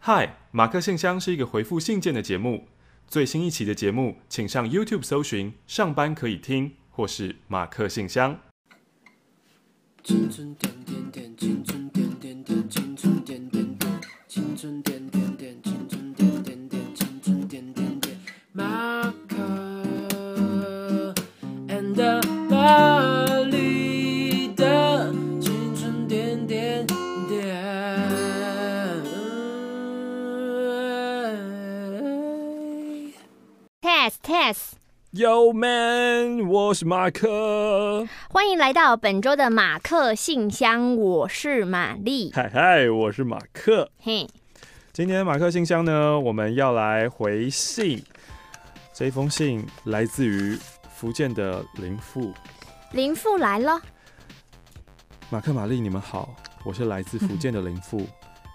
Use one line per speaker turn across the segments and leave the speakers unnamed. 嗨，马克信箱是一个回复信件的节目。最新一期的节目，请上 YouTube 搜寻“上班可以听”或是“马克信箱
青春点点点，青春点点点，青春点点点，青春点点点，青春点点点，青春点点点。Marker and the 巴黎的青春点点点。
Test test，
Yo man，我是马克，
欢迎来到本周的马克信箱，我是玛丽。
嗨嗨，我是马克。
嘿，
今天马克信箱呢，我们要来回信。这封信来自于福建的林父，
林父来了，
马克玛丽，你们好，我是来自福建的林父。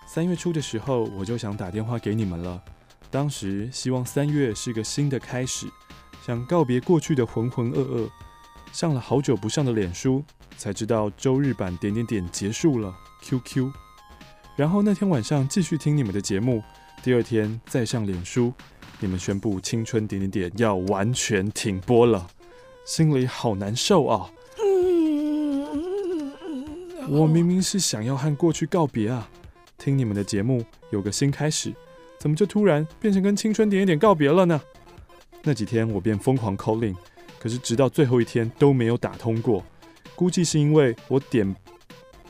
三月初的时候，我就想打电话给你们了。当时希望三月是个新的开始，想告别过去的浑浑噩噩。上了好久不上的脸书，才知道周日版点点点结束了。QQ。然后那天晚上继续听你们的节目，第二天再上脸书，你们宣布青春点点点要完全停播了，心里好难受啊。我明明是想要和过去告别啊！听你们的节目有个新开始，怎么就突然变成跟青春点点告别了呢？那几天我便疯狂 calling，可是直到最后一天都没有打通过，估计是因为我点，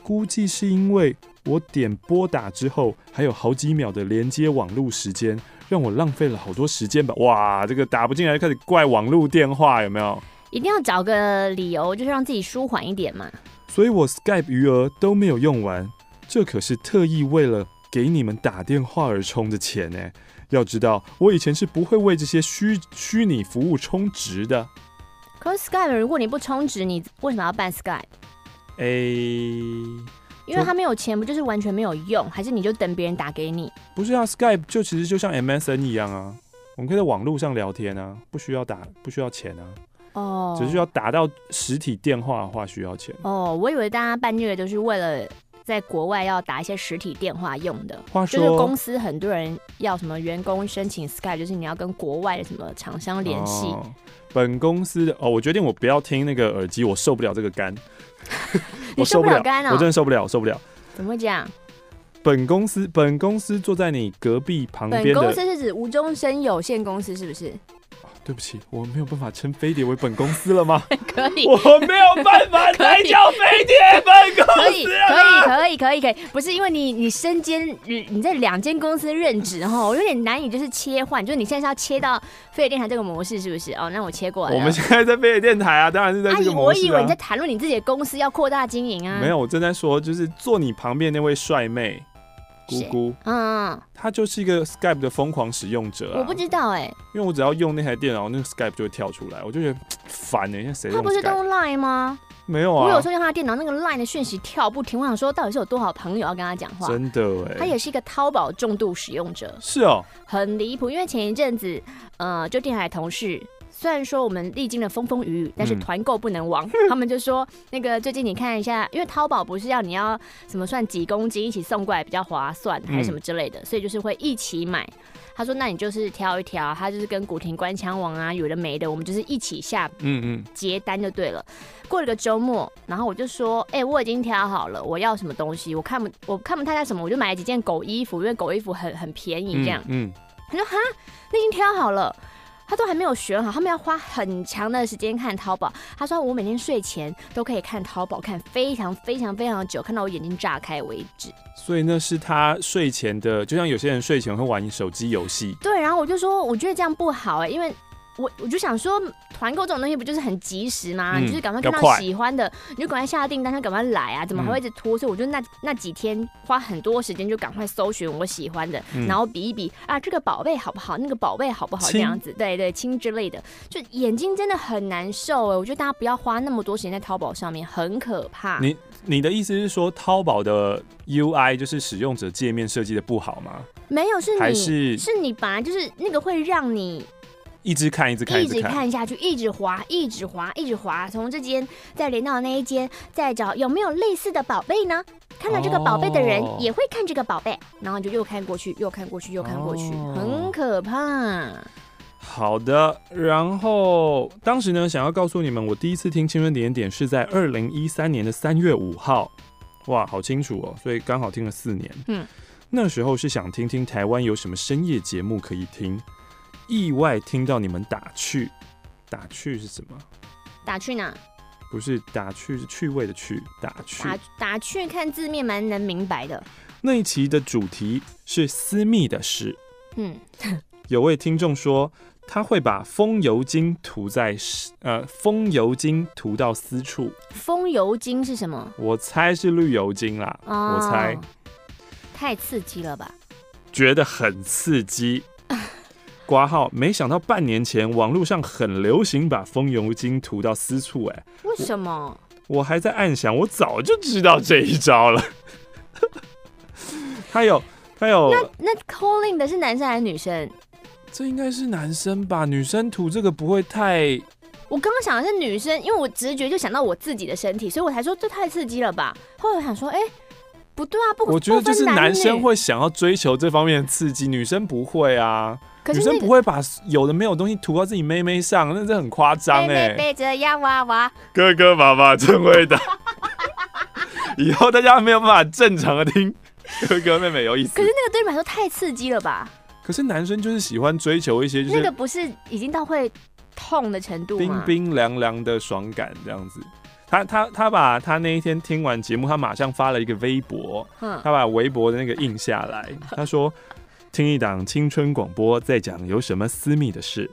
估计是因为我点拨打之后还有好几秒的连接网路时间，让我浪费了好多时间吧。哇，这个打不进来就开始怪网路电话有没有？
一定要找个理由，就是让自己舒缓一点嘛。
所以我 Skype 余额都没有用完，这可是特意为了给你们打电话而充的钱呢。要知道，我以前是不会为这些虚虚拟服务充值的。
可是 Skype 如果你不充值，你为什么要办 Skype？
诶、
因为他没有钱，不就是完全没有用？还是你就等别人打给你？
不是啊，Skype 就其实就像 MSN 一样啊，我们可以在网络上聊天啊，不需要打，不需要钱啊，
哦，
只需要打到实体电话的话需要钱。
哦，我以为大家办这个就是为了在国外要打一些实体电话用的。
话
就是公
说，
司很多人要什么员工申请 Skype，就是你要跟国外的什么厂商联系。
哦本公司的哦，我决定我不要听那个耳机，我受不了这个 干，
你
我
受
受
不
不
了
了，
干哦
我真的受不了，我受不了。
怎么会这样？
本公司本公司坐在你隔壁旁边
本
的，
公司是指无中生有限公司是不是？
对不起，我没有办法称飞碟为本公司了 吗？
可以，
我没有办法才叫飞碟本公
可以，
司啊！
可以，可以，可以，可以，不是因为你你身兼你你在两间公司任职哈，我有点难以就是切换，就是你现在是要切到飞碟电台这个模式是不是？哦，那我切过来了。
我们现在在飞碟电台啊，当然是在
阿
这
姨，
个
哎我
模式、啊、
以为你在谈论你自己的公司要扩大经营啊。
没，有，我正在说，就是坐你旁边那位帅妹姑
谁
姑，
嗯，
她就是一个 Skype 的疯狂使用者、啊。
我不，知道哎、
因为我只要用那台电脑，那个 Skype 就会跳出来，我就觉得烦呢、欸。现在谁
他
用
不是都
Skype？
用 Line 吗？
没有
我有
啊
时，候用他的电脑，那个 Line 的讯息跳不停，我想说到底是有多少朋友要跟他讲话。
真的哎、
他也是一个淘宝重度使用者。
是哦，
很离谱，因为前一阵子，呃，就电台同事，虽然说我们历经了风风雨雨，但是
嗯
团购不 能亡。他们就说，那个最近你看一下，因为淘宝不是要你要什么算几公斤一起送过来比较划算，
嗯
还是什么之类的，所以就是会一起买。他说，那你就是挑一挑，他就是跟古亭官腔王啊，有的没的，我们就是一起下
嗯嗯，
结单就对了。过了个周末，然后我就说，哎、我已经挑好了，我要什么东西，我看不我看不太到什么，我就买了几件狗衣服，因为狗衣服很很便宜这样。
嗯，嗯
他说哈，那已经挑好了。他都还没有选好，他们要花很长的时间看淘宝。他说我每天睡前都可以看淘宝，看非常非常非常久，看到我眼睛炸开为止。
所以那是他睡前的，就像有些人睡前会玩手机游戏，
对，然后我就说，我觉得这样不好哎、因为我我就想说，团购这种东西不就是很及时吗？
嗯
你就是赶快看
要
到
快嗯
喜欢的，你就赶快下订单，他赶快来啊，怎么还会一直拖？所以我就那那几天花很多时间，就赶快搜寻我喜欢的，
嗯
然后比一比啊，这个宝贝好不好？那个宝贝好不好？这
亲
样子，对对，亲之类的，就眼睛真的很难受哎、我觉得大家不要花那么多时间在淘宝上面，很可怕。
你你的意思是说，淘宝的 UI 就是使用者界面设计的不好吗？
没有是
还
你
是
是你本来就是那个会让你
一直看一直看
一
直
直
看？
看下去，一直滑，一直滑，一直滑，从这间再连到那一间，再找有没有类似的宝贝呢？看到这个宝贝的人
哦
也会看这个宝贝，然后你就又看过去，又看过去，又看过去，
哦
很可怕。
好的，然后当时呢，想要告诉你们，我第一次听《青春点点》是在二零一三年的三月五号，哇，好清楚哦，所以刚好听了四年。
嗯，
那时候是想听听台湾有什么深夜节目可以听，意外听到你们打趣，打趣是什么？
打去哪？
不是打趣，是趣味的趣，打趣。
打打去看字面蛮能明白的。
那一期的主题是私密的事，
嗯，
有位听众说，他会把风油精涂在呃风油精涂到私处，
风油精是什么？
我猜是绿油精啦，
哦
我猜
太刺激了吧？
觉得很刺激。挂号，没想到半年前网络上很流行把风油精涂到私处、哎，
为什么？
我还在暗想，我早就知道这一招了。 他有，他有，
那 calling 的是男生还是女生？
这应该是男生吧？女生涂这个不会太
我刚刚想的是女生，因为我直觉就想到我自己的身体，所以我才说这太刺激了吧。后来我想说，哎、不对啊，不，
我觉得
不
就是
分男
男生
女，
会想要追求这方面的刺激，女生不会啊。
可
女
是
生
那
不
个
会把有的没有东西涂到自己妹妹上，那这很夸张
妹妹
哎。
背着洋娃娃，
哥哥爸爸真会打， 以后大家没有办法正常的听哥哥妹妹有意思
可。是那个对你们来说太刺激了吧？
可是男生就是喜欢追求一些就
那个啊
是
不是已经到会痛的程度
冰
吗？
冰凉凉的爽感这样子。他他他把他那一天听完节目，他马上发了一个微博，
嗯，
他把微博的那个印下来，他 说：“听一档青春广播，在讲有什么私密的事。”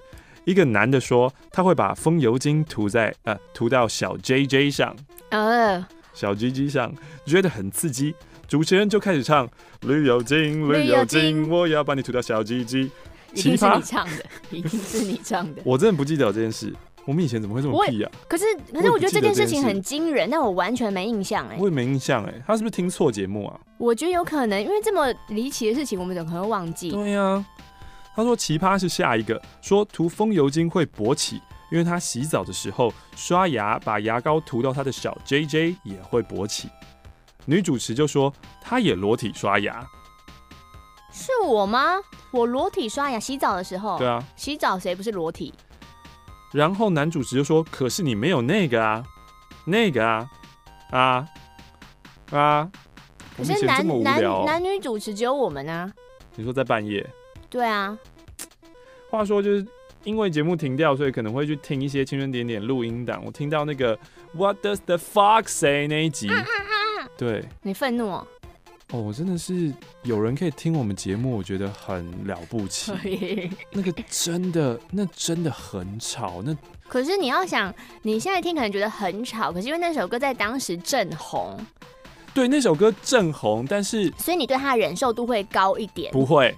一个男的说，他会把风油精涂在呃涂到小 J J 上，
呃，
小 G G 上，觉得很刺激。主持人就开始唱绿油精，绿
绿
油
油
精，
精
我要把你涂到小 G G。
一定
奇
是
葩
你唱的，一定是你唱的。
我真的不记得有这件事，我们以前怎么会这么
我也
屁啊？
可是，
我
可
也
是
不
我觉得
记得
这件
这件
事情
事
很惊人，但我完全没印象哎、
我也没印象哎、他是不是听错节目啊？
我觉得有可能，因为这么离奇的事情，我们怎么可能会忘记？
对呀、他说奇葩是下一个，说涂风油精会勃起，因为他洗澡的时候刷牙把牙膏涂到他的小 J J 也会勃起。女主持就说她也裸体刷牙，
是我吗？我裸体刷牙，洗澡的时候，
对啊。
洗澡谁不是裸体？
然后男主持就说可是你没有那个啊，那个啊，啊啊。我
可
们以前这
是男
么无
男
聊哦、
男女主持只有我们啊。
你说在半夜，
对啊，
话说就是因为节目停掉，所以可能会去听一些青春点点录音档。我听到那个 What does the fox say 那一
嗯
集，对，
你愤怒、哦，
哦，我真的是有人可以听我们节目，我觉得很了不 起。那个真的，那真的很吵，那
可是你要想，你现在听可能觉得很吵，可是因为那首歌在当时正红，
对那首歌正红，但是
所以你对它的忍受度会高一点。
不会，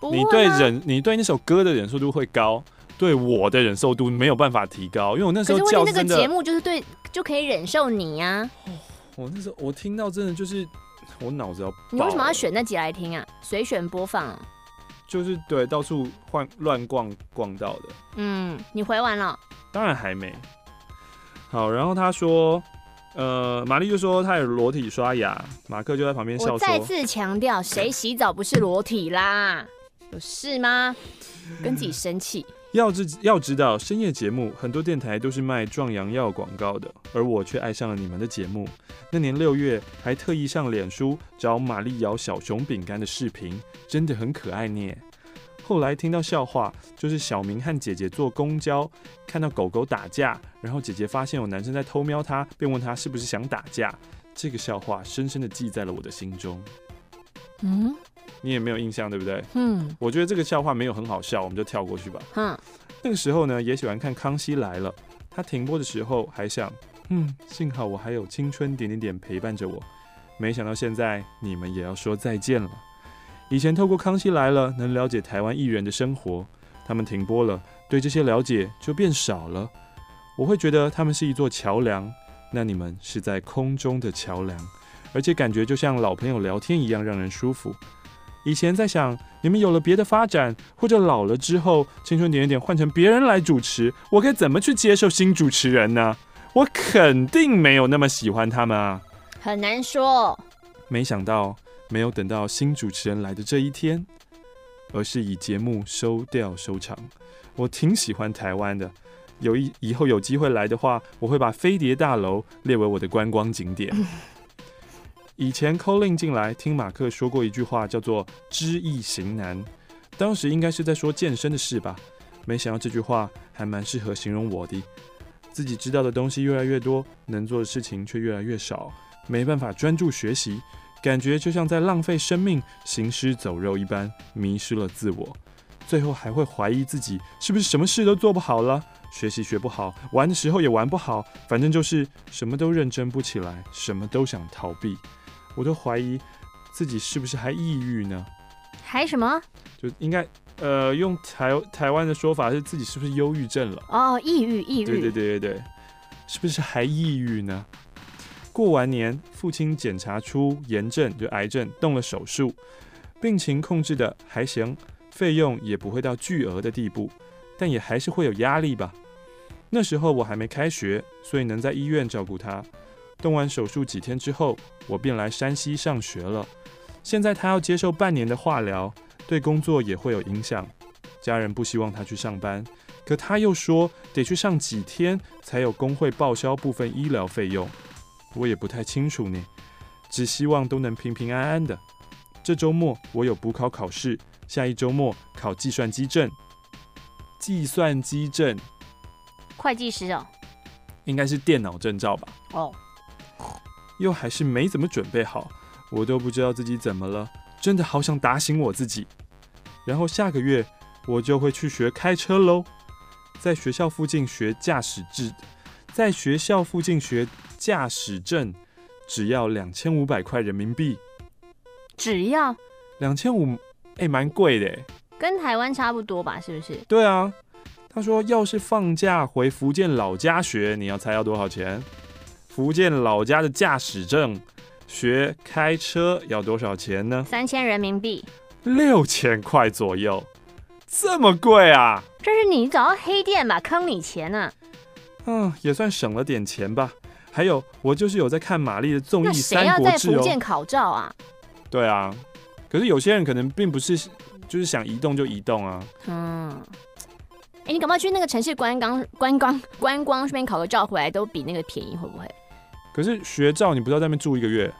不
你
会
对
吗
忍，你对那首歌的忍受度会高。对我的忍受度没有办法提高，因为我那时
可
候
是问
叫
题那
真
个
的，
节目就是对，就可以忍受你啊。
我那时候我听到真的就是我脑子要爆了，
你为什么要选那集来听啊？随选播放、啊。
就是对到处换乱逛逛到的，
嗯，你回完了，
当然还没。好，然后他说，呃，玛丽就说她有裸体刷牙，马克就在旁边笑
我再
说，
次强调，谁洗澡不是裸体啦？有事吗？跟自己生气，
要知要知道深夜节目很多电台都是卖壮阳药广告的，而我却爱上了你们的节目。那年六月还特意上脸书找玛丽咬小熊饼干的视频，真的很可爱呢。后来听到笑话，就是小明和姐姐坐公交，看到狗狗打架，然后姐姐发现有男生在偷瞄她，便问她是不是想打架。这个笑话深深的记在了我的心中。
嗯
你也没有印象对不对？
哼
我觉得这个笑话没有很好笑，我们就跳过去吧。
嗯哼，
那个时候呢，也喜欢看《康熙来了》，他停播的时候还想，嗯，幸好我还有青春点点点陪伴着我。没想到现在你们也要说再见了。以前透过《康熙来了》能了解台湾艺人的生活，他们停播了，对这些了解就变少了。我会觉得他们是一座桥梁，那你们是在空中的桥梁，而且感觉就像老朋友聊天一样，让人舒服。以前在想，你们有了别的发展，或者老了之后，青春点点点换成别人来主持，我该怎么去接受新主持人呢？我肯定没有那么喜欢他们啊！
很难说。
没想到没有等到新主持人来的这一天，而是以节目收掉收场。我挺喜欢台湾的，有一以后有机会来的话，我会把飞碟大楼列为我的观光景点。以前 Colin 进来听马克说过一句话，叫做“知易行难”，当时应该是在说健身的事吧。没想到这句话还蛮适合形容我的。自己知道的东西越来越多，能做的事情却越来越少，没办法专注学习，感觉就像在浪费生命、行尸走肉一般，迷失了自我。最后还会怀疑自己是不是什么事都做不好了，学习学不好，玩的时候也玩不好，反正就是什么都认真不起来，什么都想逃避。我都怀疑自己是不是还抑郁呢？
还什么？
就应该呃，用台台湾的说法是自己是不是忧郁症了？
哦，抑郁，抑郁。
对对对对对，是不是还抑郁呢？过完年，父亲检查出炎症，就癌症，动了手术，病情控制的还行，费用也不会到巨额的地步，但也还是会有压力吧。那时候我还没开学，所以能在医院照顾他。动完手术几天之后，我便来山西上学了。现在他要接受半年的化疗，对工作也会有影响。家人不希望他去上班，可他又说得去上几天才有工会报销部分医疗费用，我也不太清楚呢，只希望都能平平安安的。这周末我有补考考试，下一周末考计算机证。计算机证
会计师哦，
应该是电脑证照吧？
哦，
又还是没怎么准备好，我都不知道自己怎么了，真的好想打醒我自己。然后下个月我就会去学开车喽，在学校附近学驾驶证，在学校附近学驾驶证，只要两千五百块人民币，
只要
两千五，哎，蛮贵的诶。
跟台湾差不多吧，是不是？
对啊，他说要是放假回福建老家学，你要猜要多少钱？福建老家的驾驶证学开车要多少钱呢？
三千人民币。
六千块左右，这么贵啊？
这是你找到黑店吧，坑你钱啊呢、
嗯，也算省了点钱吧。还有，我就是有在看玛丽的综艺
那
《
谁
三
要
国
在
志》
福建
哦。
考照啊？
对啊，可是有些人可能并不是，就是想移动就移动啊。
嗯，哎、你赶快去那个城市观光、观光、观光，顺便考个照回来，都比那个便宜，会不会？
可是学照你不知道在那边住一个月，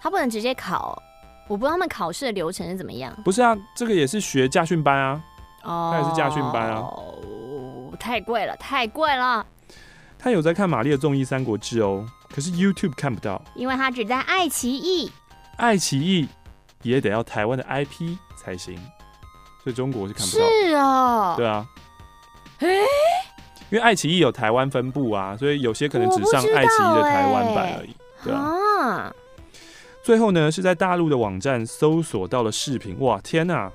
他不能直接考，我不知道他们考试的流程是怎么样。
不是啊？这个也是学驾训班啊。
哦，
他也是驾训班啊
哦，太贵了，太贵了，
他有在看玛丽的综艺《三国志》哦，可是 YouTube 看不到，
因为他只在爱奇艺。
爱奇艺也得要台湾的 IP 才行，所以中国是看不到。
是哦，
对啊，
诶
因为爱奇艺有台湾分部啊，所以有些可能只上
我不知道
爱奇艺的台湾版而已。对啊，
啊，
最后呢是在大陆的网站搜索到了视频，哇天呐、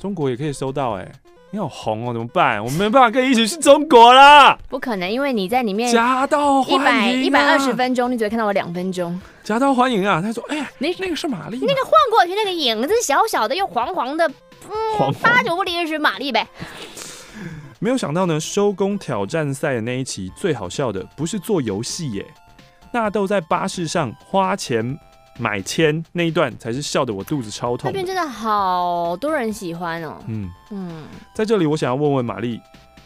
中国也可以搜到哎、你好红哦，怎么办？我没办法跟你一起去中国 啦！
不可能，因为你在里面
夹道
一百
欢迎、啊，
一百二十，分钟，你只会看到我两分钟。
夹道欢迎啊！他说：“哎呀，
你
那个是玛丽吗，
那个晃过去那个影子小小的又黄黄的，嗯
黄黄
八九不离十马力呗。
没有想到呢，收工挑战赛的那一期最好笑的不是做游戏耶，纳豆在巴士上花钱买签那一段才是笑得我肚子超
那
痛的。
边真的好多人喜欢哦。
嗯，
嗯，
在这里我想要问问玛丽，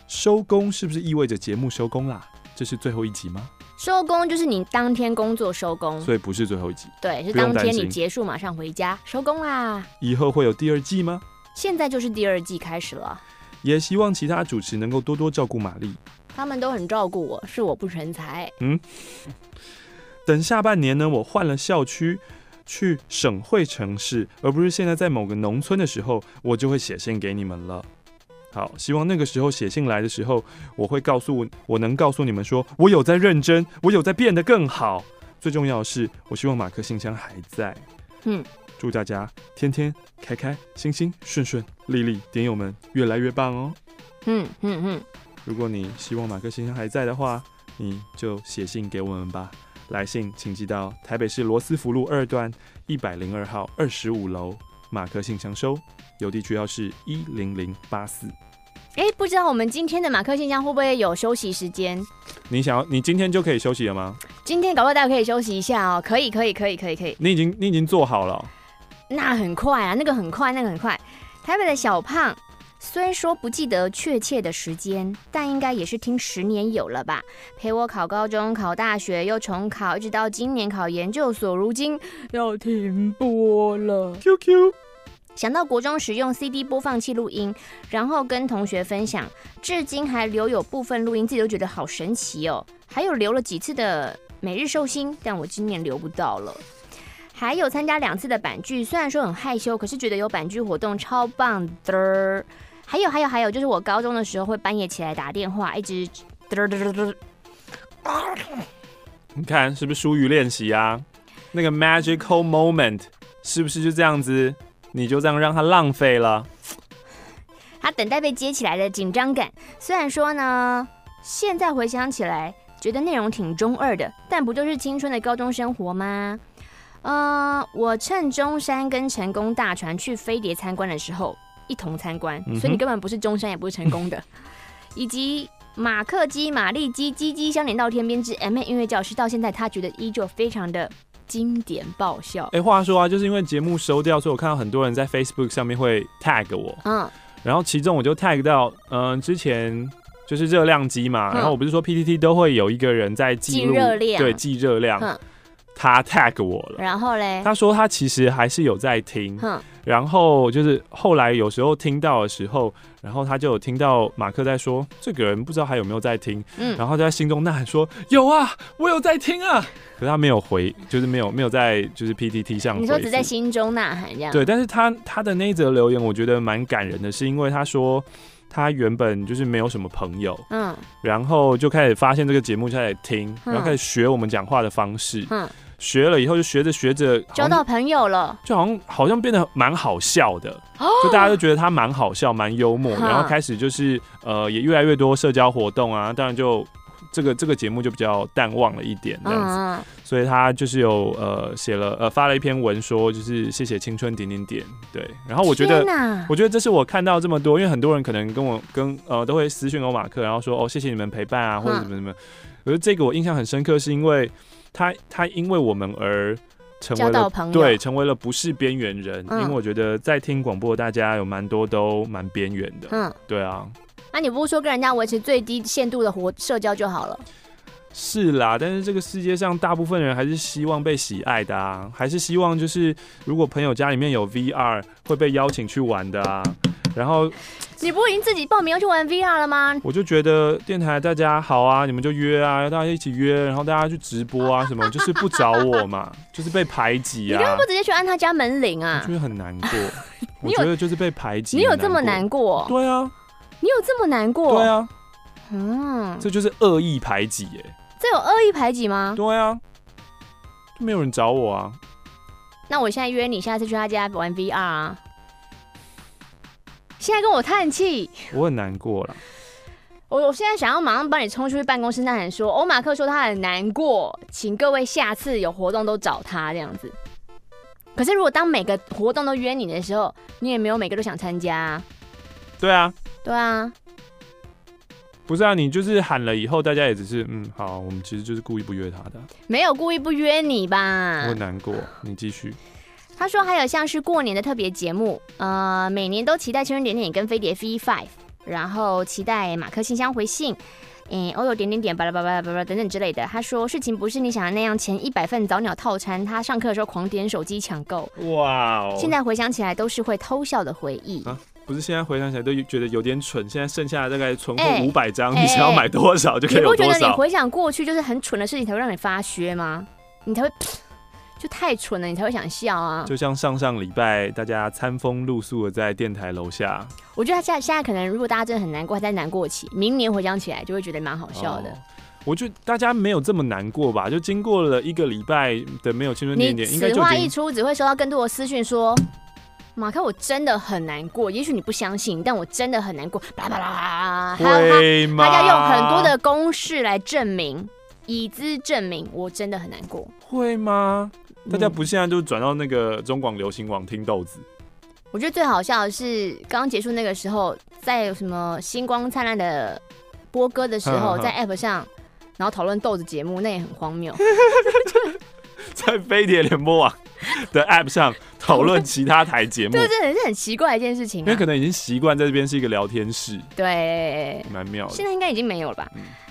收工是不是意味着节目收工啦？这是最后一集吗？
收工就是你当天工作收工，
所以不是最后一集，
对，是
不用
当天
担
你
心
结束马上回家收工啦。
以后会有第二季吗？
现在就是第二季开始了，
也希望其他主持能够多多照顾玛丽。
他们都很照顾我，是我不成才。
等下半年呢，我换了校区，去省会城市，而不是现在在某个农村的时候，我就会写信给你们了。好，希望那个时候写信来的时候，我会告诉我能告诉你们说，我有在认真，我有在变得更好。最重要的是，我希望马克信箱还在。
嗯，
祝大家天天开开心心、顺顺利利，点友们越来越棒哦！
嗯嗯嗯，
如果你希望马克先生还在的话，你就写信给我们吧。来信请寄到台北市罗斯福路二段一百零二号二十五楼，马克信箱收。邮递区号是一零零八四。
哎、不知道我们今天的马克信箱会不会有休息时间？
你想要，你今天就可以休息了吗？
今天搞不好大家可以休息一下哦，可以，可以，可以，可以，可以。
你已经你已经做好了哦、
那很快啊，那个很快，那个很快。台北的小胖虽说不记得确切的时间，但应该也是听十年有了吧，陪我考高中、考大学，又重考，一直到今年考研究所，如今要停播了。
QQ
想到国中时用 CD 播放器录音，然后跟同学分享，至今还留有部分录音，自己都觉得好神奇哦。还有留了几次的每日寿星，但我今年留不到了。还有参加两次的板剧，虽然说很害羞，可是觉得有板剧活动超棒的儿。还有还有还有，就是我高中的时候会半夜起来打电话，一直嘚儿嘚儿嘚儿嘚儿
你看是不是疏于练习啊？那个 magical moment 是不是就这样子？你就这样让它浪费了？
他等待被接起来的紧张感。虽然说呢，现在回想起来，觉得内容挺中二的，但不就是青春的高中生活吗？呃，我趁中山跟成功大船去飞碟参观的时候，一同参观，
嗯哼
所以你根本不是中山，也不是 成功的，以及。马克基、玛丽基、基基相连到天边之 M 音乐教室，到现在他觉得依旧非常的经典爆笑。
哎、话说啊，就是因为节目收掉，所以我看到很多人在 Facebook 上面会 tag 我，
嗯，
然后其中我就 tag 到，嗯、之前就是热量机嘛，
嗯
然后我不是说 PTT 都会有一个人在记录
记热量
对，记热量，
嗯
他 tag 我了。
然后嘞，
他说他其实还是有在听，
哼，
然后就是后来有时候听到的时候，然后他就有听到马克在说这个人不知道还有没有在听，
嗯，
然后就在心中呐喊说有啊，我有在听啊，可是他没有回，就是没有没有在就是 PTT 上回复。
你说只在心中呐喊这样，
对，但是他他的那一则留言我觉得蛮感人的，是因为他说他原本就是没有什么朋友，
嗯
然后就开始发现这个节目，就开始听，
嗯
然后开始学我们讲话的方式，
哼，
学了以后就学着学着，好
交
像
到朋友了。
就好像好像变得蛮好笑的，
哦
就大家都觉得他蛮好笑、蛮幽默，
哈
然后开始就是呃也越来越多社交活动啊，当然就这个这个节目就比较淡忘了一点这样子，
嗯，
所以他就是有呃写了呃发了一篇文说就是谢谢青春点点点，对，然后啊我觉得
天。哪
我觉得这是我看到这么多，因为很多人可能跟我跟呃都会私讯我马克，然后说哦谢谢你们陪伴啊，或者
嗯
怎么怎么。我觉得这个我印象很深刻，是因为他他因为我们而成为
交到
了
朋友
对成为了不是边缘人，
嗯
因为我觉得在听广播大家有蛮多都蛮边缘的，
嗯，
对啊。
那、你不是说跟人家维持最低限度的活社交就好了？
是啦，但是这个世界上大部分人还是希望被喜爱的啊，还是希望就是如果朋友家里面有 VR 会被邀请去玩的啊，然后
你不是已经自己报名要去玩 VR 了吗？
我就觉得电台大家好啊，你们就约啊，大家一起约，然后大家去直播 啊，什么就是不找我嘛，就是被排
你
挤
干嘛
啊
不，直接去按他家门铃啊
就？是很难过。我
你有
觉得就是被排挤，
你有这么难？过？
对啊，
你有这么难过？
对啊，
嗯，
这就是恶意排挤耶、
这有恶意排挤吗？
对啊，就没有人找我啊。
那我现在约你下次去他家玩 VR 啊。现在跟我叹气，
我很难过了，
我我现在想要马上帮你冲出去办公室呐喊说，欧马克说他很难过，请各位下次有活动都找他这样子。可是如果当每个活动都约你的时候，你也没有每个都想参加、啊，
对啊，
对啊，
不是啊，你就是喊了以后，大家也只是嗯，好，我们其实就是故意不约他的，
没有故意不约你吧
我？很难过。你继续，
他说还有像是过年的特别节目，呃，每年都期待《青春点点》跟飞碟 V Five，然后期待马克信箱回信。嗯，偶有点点点，巴拉巴拉巴拉等等之类的。他说事情不是你想的那样，前一百份早鸟套餐，他上课的时候狂点手机抢购，
哇哦
现在回想起来都是会偷笑的回忆。
啊不是现在回想起来都觉得有点蠢，现在剩下大概存
哎
货五百张，
哎
你想要买多少就可
你
以
不
有
觉
多
得你
少。
回想过去就是很蠢的事情才会让你发噱吗？你才会 就太蠢了，你才会想笑啊。
就像上上礼拜大家餐风露宿的在电台楼下，
我觉得他现在现在可能，如果大家真的很难过，还在难过期，明年回想起来就会觉得蛮好笑的。
哦我觉得大家没有这么难过吧？就经过了一个礼拜的没有青春点
你
点，应该
此
就
话
已
一
经
出，只会收到更多的私讯说。马克，我真的很难过。也许你不相信，但我真的很难过。巴拉巴拉巴拉，还有他，
会吗？
他要用很多的公式来证明，以资证明我真的很难过。
会吗？大家
嗯
不现在就转到那个中广流行网听豆子，
我觉得最好笑的是刚结束那个时候，在什么星光灿烂的播歌的时
嗯嗯
候，
嗯
在 App 上然后讨论豆子节目，那也很荒谬。
在飞碟联播网 的 App 上讨论其他台节目，
对，这很是很奇怪的一件事情、
因为
啊
可。能已经习惯在这边是一个聊天室，
对，
蛮妙的
现。在应该已经没有了吧？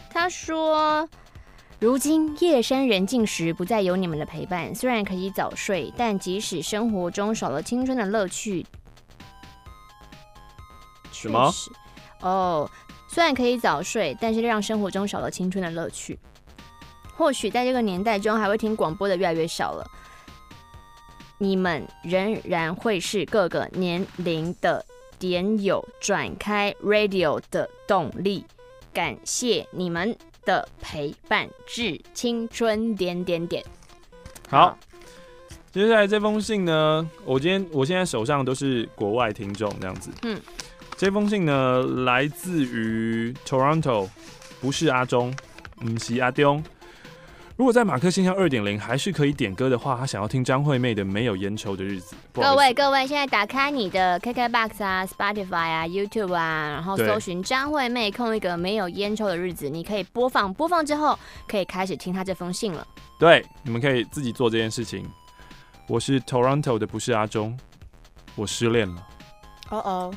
他说。如今夜深人静时，不再有你们的陪伴。虽然可以早睡，但即使生活中少了青春的乐趣，
什么
确？实？哦，虽然可以早睡，但是让生活中少了青春的乐趣。或许在这个年代中，还会听广播的越来越少了。你们仍然会是各个年龄的点友转开 radio 的动力。感谢你们的陪伴，致青春点点点。
好，接下来这封信呢，我今天我现在手上都是国外听众这样子。
嗯，
这封信呢来自于 Toronto，不是阿中，嗯，是阿东。如果在马克信箱二点零还是可以点歌的话，他想要听张惠妹的《没有烟抽的日子》。不好意
各
思
位各位，现在打开你的 KKBOX 啊、Spotify 啊、YouTube 啊，然后
对
搜寻张惠妹空一个没有烟抽的日子，你可以播放，播放之后可以开始听她这封信了。
对，你们可以自己做这件事情。我是 Toronto 的，不是阿中，我失恋了。
哦哦，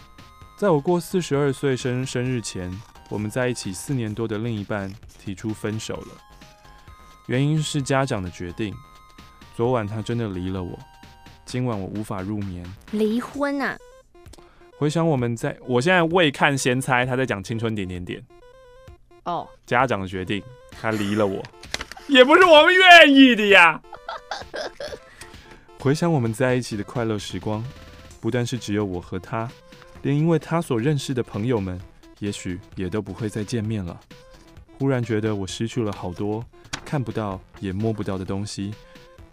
在我过四十二岁生生日前，我们在一起四年多的另一半提出分手了，原因是家长的决定。昨晚他真的离了我，今晚我无法入眠。
离婚啊！
回想我们在
我现在未看先猜，他在讲青春点点点。
哦，
家长决定，他离了我，也不是我们愿意的呀。
回想我们在一起的快乐时光，不但是只有我和他，连因为他所认识的朋友们，也许也都不会再见面了。忽然觉得我失去了好多看不到也摸不到的东西，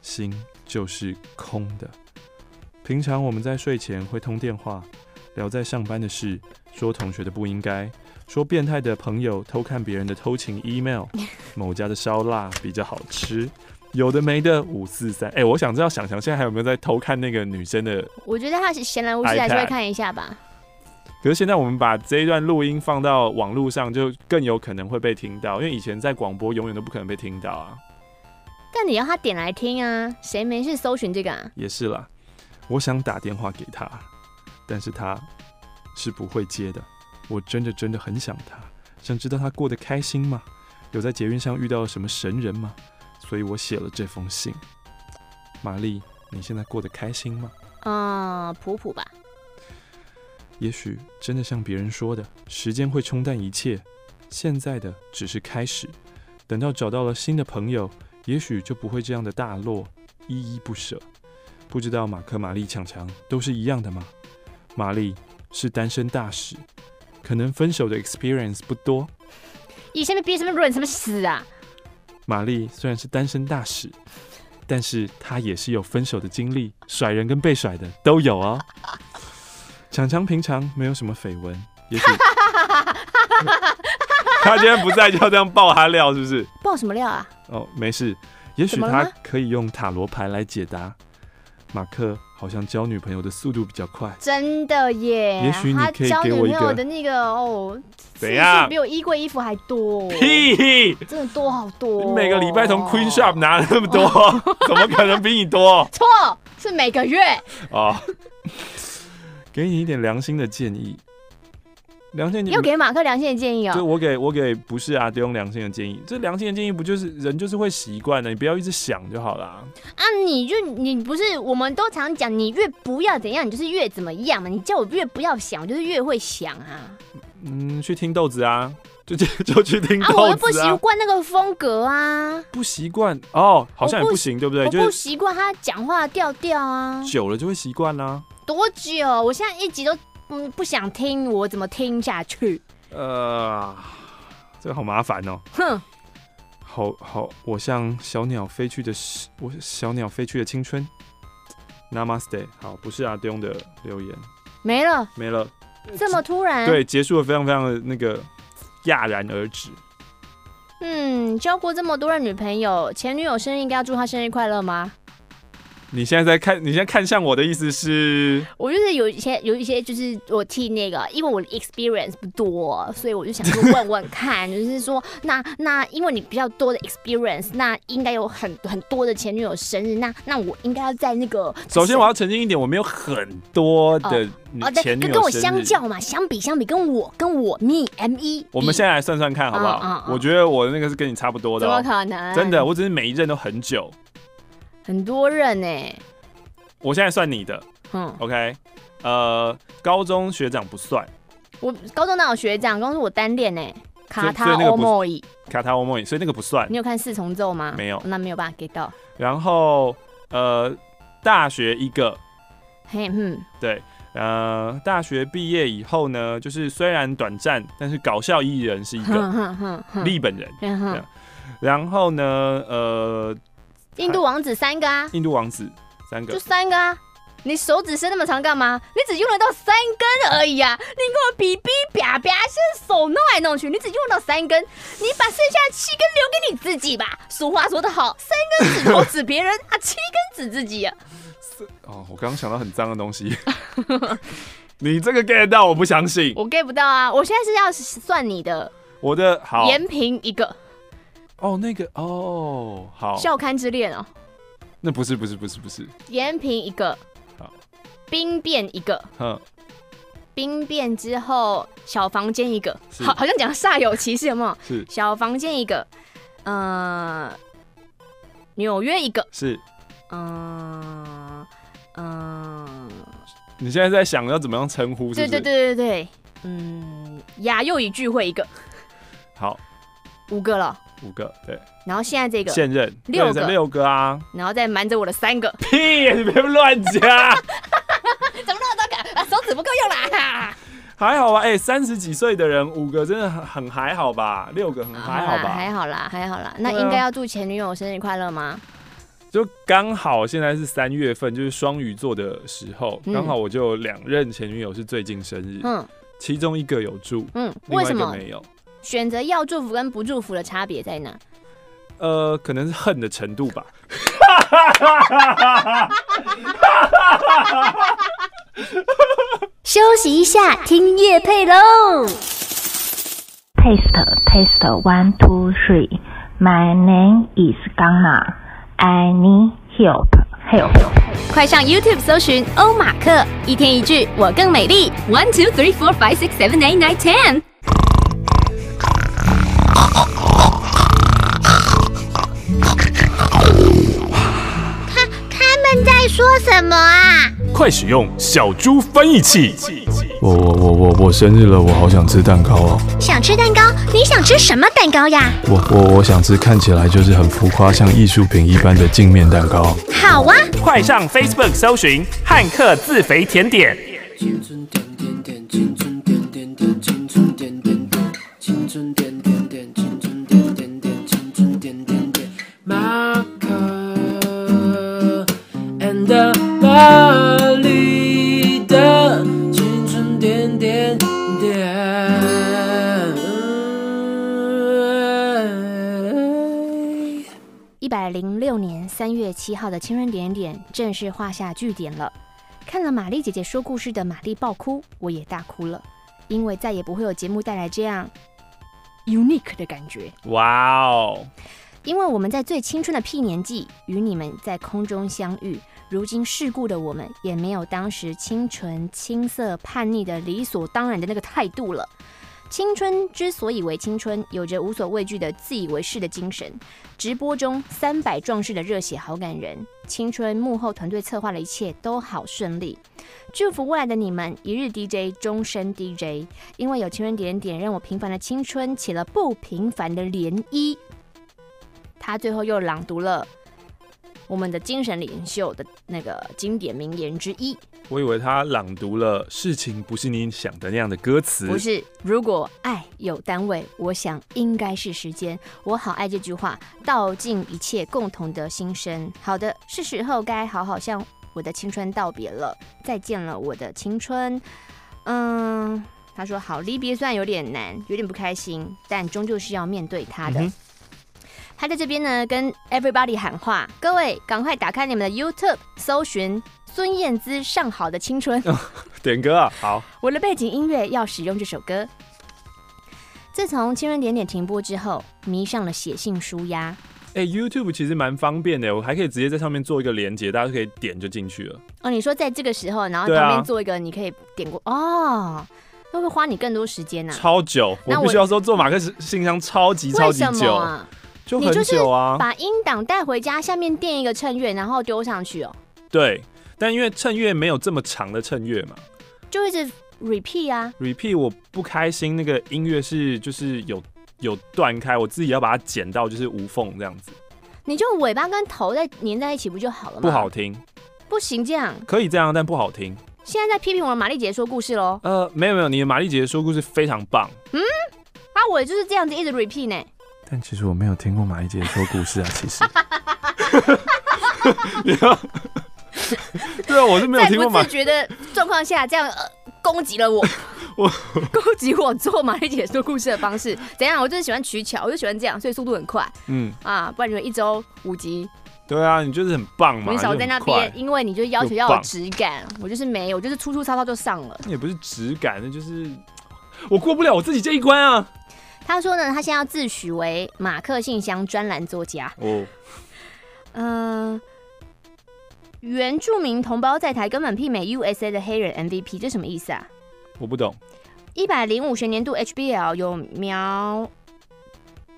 心就是空的。平常我们在睡前会通电话，聊在上班的事，说同学的不应该，说变态的朋友偷看别人的偷情 email，某家的烧腊比较好吃。有的没的五四三，哎，我想知道想想现在还有没有在偷看那个女生的？
我觉得她是闲来无事还是
iPad
会看一下吧。
可是现在我们把这一段录音放到网络上，就更有可能会被听到，因为以前在广播永远都不可能被听到啊。
但你要她点来听啊，谁没事搜寻这个啊？
也是啦，我想打电话给她，但是她是不会接的。我真的真的很想她，想知道她过得开心吗？有在捷运上遇到什么神人吗？所以我写了这封信。玛丽，你现在过得开心吗？
嗯，普普吧。
也许真的像别人说的，时间会冲淡一切，现在的只是开始。等到找到了新的朋友，也许就不会这样的大落，依依不舍。不知道马克、玛丽、强强都是一样的吗？玛丽是单身大使，可能分手的 experience 不多。
以前面憋什么论什么死啊？
玛丽虽然是单身大使，但是她也是有分手的经历，甩人跟被甩的都有哦。强强平常没有什么绯闻，也 许
他今天不在，就要这样爆他料，是不是？
爆什么料啊？
哦，没事，也许
怎么了
他
吗
可以用塔罗牌来解答。马克好像交女朋友的速度比较快，
真的耶！
也许你
她
可以
交
给
女
我
朋
一
友
个
的那个哦，
怎
次
样
数比我衣柜衣服还多。
屁！
真的多好多哦、
你每个礼拜从 Queen Shop 拿了那么多，怎么可能比你多？
错是每个月。
哦，
给你一点良心的建议。良心的
又给马克良心的建议
嗯就
哦。
我给我给不是啊，得用良心的建议。这良心的建议不就是人就是会习惯的，你不要一直想就好啦。
啊，你就你不是，我们都常讲，你越不要怎样，你就是越怎么样嘛。你叫我越不要想，我就是越会想啊。
嗯，去听豆子啊，就就就去听
啊，我
豆
又不
子
习
啊。
惯那个风格啊，
不习惯哦，好像也
我不
不行，对不对？
我
就
不
是
习惯他讲话的调调啊。
久了就会习惯啦。
多久？我现在一集都嗯不想听，我怎么听下去？
呃，这个好麻烦哦。
哼，
好好，我像小鸟飞去的时，我小鸟飞去的青春。Namaste，
好，不是啊，得用的留言
没了，
没了。
这么突然。，
对，结束的非常非常的那个戛然而止。
嗯，交过这么多任女朋友，前女友生日应该要祝她生日快乐吗？
你现在在看，你现在看向我的意思是，
我就是有一些有一些，就是我替那个，因为我的 experience 不多，所以我就想说问问看，就是说，那那因为你比较多的 experience，那应该有很很多的前女友生日，那那我应该要在那个
首先我要澄清一点，我没有很多的女
哦，对，
前女
跟
友
跟我
生
相
日
较嘛，相比相比，跟我跟我 me m e，
我们现在来算算看好不
嗯嗯
好？
嗯
我觉得我那个是跟你差不多
怎
的
么
哦，
可能？
真的，我只是每一任都很久。
很多人呢、
我现在算你的
嗯，
，OK？呃，高中学长不算，
我高中那有学长，高中我单恋呢、欸卡
所
塔
以那个
欧
不是
莫伊，
卡塔欧莫伊，所以那个不算
你。有看四重奏吗？
没有
那没有办法 get 到。
然后呃，大学一个，
嘿，嗯，
呃，大学毕业以后呢，就是虽然短暂，但是搞笑艺人是一个
哼哼哼哼，
日本人。
嗯
这
哼
样，然后呢，呃，
印度王子三个啊，
印度王子三
就
个，
三个啊。你手指伸那么长干嘛？你只用得到三根而已啊！你跟我比比啪啪，现在手弄来弄去，你只用到三根，你把剩下的七根留给你自己吧。俗话说得好，三根指头指 别人啊，七根指自己、啊。
哦，我刚刚想到很脏的东西。 你这个 get 到我不相信，
我 get 不到啊！我现在是要算你的
我的好
延平一个
哦，那个哦，好，
《校刊之恋》哦，
那不是不是不是不是，
延平一个
好，
兵变一个，
哼，
兵变之后，小房间一个，
是
好，好像讲煞有其事，有没有？
是
小房间一个，呃，纽约一个，
是，
嗯、嗯、
你现在在想要怎么样称呼是不
对
是？
对对对对，嗯，雅又一聚会一个，
好，
五个了，
五个，对，
然后现在这个，
现任
六个
六个 啊，
然后再瞒着我的三个，
屁，你别乱讲，
啊，手指不够用 啦，
还好吧？哎、三十几岁的人，五个真的很很还好吧？六个很还好
啦还
吧？
好啦，还好啦，那
对啊
应该要祝前女友生日快乐吗？
就刚好现在是三月份，就是双鱼座的时候，
嗯
刚、好我就有两任前女友是最近生日，
嗯
其中一个有祝，
嗯，
另外
为
一
什
个
么
没有。
选择要祝福跟不祝福的差别在哪？
呃，可能是恨的程度吧。
休息一下，听夜配喽。
Test test one two three. My name is Gana. I need help help.
快上 YouTube 搜寻欧马克，一天一句，我更美丽。One two three four five six seven eight nine ten。
他们在说什么啊？
快使用小猪翻译器。
我我我我我生日了，我好想吃蛋糕哦！
想吃蛋糕？你想吃什么蛋糕呀？
我我我想吃看起来就是很浮夸，像艺术品一般的镜面蛋糕。
好啊，
快上 Facebook 搜寻汉克自肥甜点。
青春点点点，青春点点点，青春点点点，青春点点点，青春点点点，青春点点点。Marker and the 巴黎的青春点点点。
一百零六年三月七号的情人点点正式画下句点了。看了玛丽姐姐说故事的玛丽爆哭，我也大哭了，因为再也不会有节目带来这样 unique 的感觉。
哇哦，
因为我们在最青春的屁年纪与你们在空中相遇，如今世故的我们也没有当时清纯、青涩、叛逆的理所当然的那个态度了。青春之所以为青春，有着无所畏惧的自以为是的精神。直播中三百壮士的热血好感人，青春幕后团队策划的一切都好顺利。祝福未来的你们一日 DJ，终身 DJ。因为有情人点点，让我平凡的青春起了不平凡的涟漪。他最后又朗读了我们的精神领袖的那个经典名言之一，
我以为他朗读了“事情不是你想的那样的”歌词，
不是“如果爱有单位，我想应该是时间”。我好爱这句话，道尽一切共同的心声。好的，是时候该好好向我的青春道别了，再见了，我的青春。嗯，他说好，离别虽然有点难，有点不开心，但终究是要面对他的。
嗯哼
他在这边呢跟 everybody 喊话：各位赶快打开你们的 YouTube，搜寻孙燕姿《上好的青春》。
点歌啊，好，
我的背景音乐要使用这首歌。自从《青春点点》停播之后，迷上了写信书压。
哎、y o u t u b e 其实蛮方便的，我还可以直接在上面做一个连接，大家就可以点就进去了。
哦，你说在这个时候，然后
对啊
旁边做一个，你可以点过、哦，那会花你更多时间呐、啊
超久，
那
我
我
必须要说做马克思信箱超级超
为
级
什么
久，
啊？
就
你
很
就是
久啊。
把音档带回家，下面垫一个衬乐，然后丢上去哦，
对，但因为趁月没有这么长的趁月嘛
就一直 repeat 啊。
，repeat 我不开心，那个音乐是就是有有断开，我自己要把它剪到就是无缝这样子，
你就尾巴跟头再粘在一起不就好了吗？
不好，听，
不行这样。
可以这样，但不好听。
现在在批评我的玛丽姐说故事喽
呃，没有没有，你的玛丽姐姐说故事非常棒，
啊！我就是这样子一直 repeat 呢。
但其实我没有听过玛丽姐姐说故事啊， 其实。 对啊，我是没有
在
听过
不
玛
自，觉的状况下，这样呃攻击了我，
我
攻击我做玛丽姐说故事的方式，怎样？我就是喜欢取巧，我就喜欢这样，所以速度很快
嗯，
啊！不然你们一周五集，
对啊，你就是很棒
我
嘛，
们
就
少
很
在那
快
边，因为你就要求
又
要有
棒
质感，我就是没有，我就是粗粗糙糙就上了。
也不是质感，那就是我过不了我自己这一关啊。
他说呢，他现在要自诩为马克信箱专栏作家。
哦，
嗯、原住民同胞在台根本媲美 USA 的黑人 MVP，这什么意思啊？
我不懂，
一百零五学年度 HBL 有瞄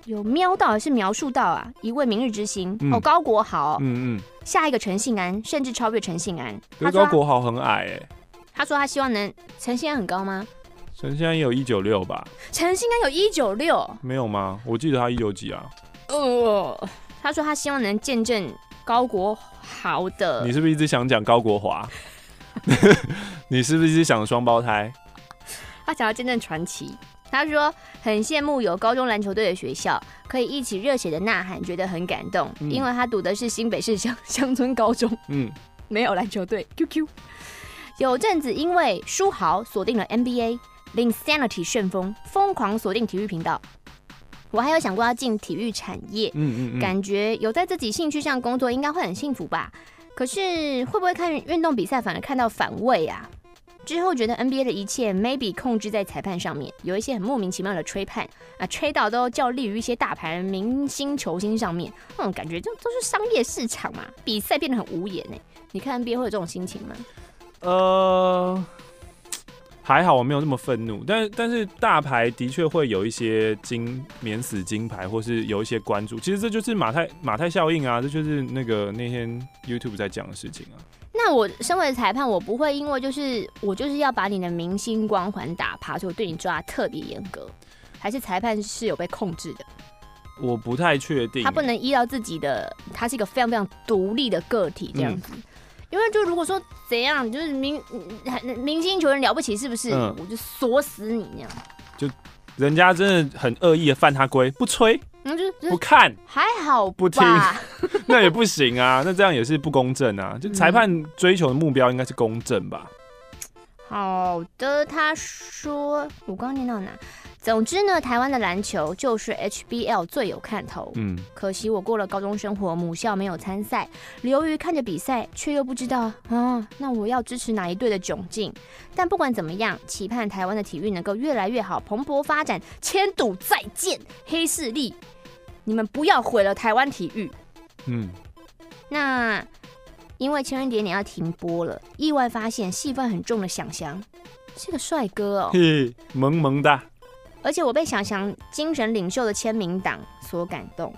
有瞄到还是描述到啊？一位明日之星、
嗯
哦，高国豪、
嗯嗯，
下一个陈信安，甚至超越陈信安。
可是
说
高
他
国豪很矮哎、
他说他希望能陈信安很高吗？
陈现在也有一九六吧？
陈信安有一九六，
没有吗？我记得他一九几啊？
哦，他说他希望能见证高国豪的
你是不是一直想讲高国华？ 你是不是一直想双胞胎？
他想要见证传奇。他说很羡慕有高中篮球队的学校，可以一起热血的呐喊，觉得很感动，
嗯
因为他读的是新北市乡乡村高中，
嗯，
没有篮球队。QQ，有阵子因为书豪锁定了 NBA，令 Sanity 旋风，疯狂锁定体育频道。我还有想过要进体育产业，
嗯嗯嗯，
感觉有在自己兴趣上工作，应该会很幸福吧？可是会不会看运动比赛反而看到反胃啊？之后觉得 NBA 的一切 maybe 控制在裁判上面，有一些很莫名其妙的吹判啊，吹到都较力于一些大牌明星球星上面，那种感觉就都是商业市场嘛，比赛变得很无言呢、你看 NBA 会有这种心情吗？
呃，还好我没有那么愤怒，但但是大牌的确会有一些金免死金牌，或是有一些关注。其实这就是马太马太效应啊，这就是那个那天 YouTube 在讲的事情啊。
那我身为裁判，我不会因为就是我就是要把你的明星光环打趴，所以我对你抓得特别严格，还是裁判是有被控制的？
我不太确定，
他不能依照自己的，他是一个非常非常独立的个体这样
嗯
子。因为就如果说怎样，就是明嗯明星球员了不起，是不是？
嗯
我就锁死你那样，
人家真的很恶意的犯他规，不吹
然后嗯就是就
不
是
看，
还好
不听
吧？
那也不行啊， 那这样也是不公正啊。就裁判追求的目标应该是公正吧？
好的，他说我刚刚念到哪？总之呢，台湾的篮球就是 HBL 最有看头。
嗯，
可惜我过了高中生活，母校没有参赛，由于看着比赛，却又不知道啊，那我要支持哪一队的窘境。但不管怎么样，期盼台湾的体育能够越来越好，蓬勃发展。千赌再见，黑势力，你们不要毁了台湾体育。
嗯，
那因为《千人点点》要停播了，意外发现戏份很重的想翔是个帅哥哦，
嘿，萌萌哒，
而且我被想翔精神领袖的签名档所感动，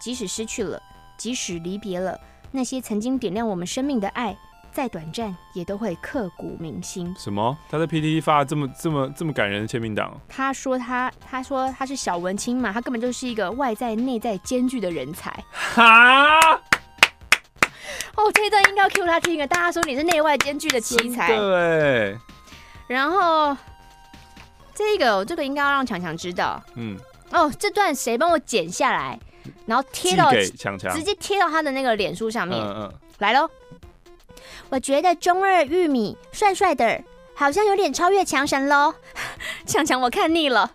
即使失去了，即使离别了，那些曾经点亮我们生命的爱，再短暂也都会刻骨铭心。
什么？他在 PTT 发了这么这么这么感人的签名档哦，
他说他他说他是小文青嘛，他根本就是一个外在内在兼具的人才。
哈，
哦，这一段应该要 Q 他听啊的，大家说你是内外兼具的奇才。
对，
然后这个这个应该要让强强知道
嗯，
哦，这段谁帮我剪下来，然后贴
寄
到
给强强
直，接贴到他的那个脸书上
嗯
面、
嗯，
来喽。我觉得中二玉米帅帅的，好像有点超越强神 喽。强强，我看腻了。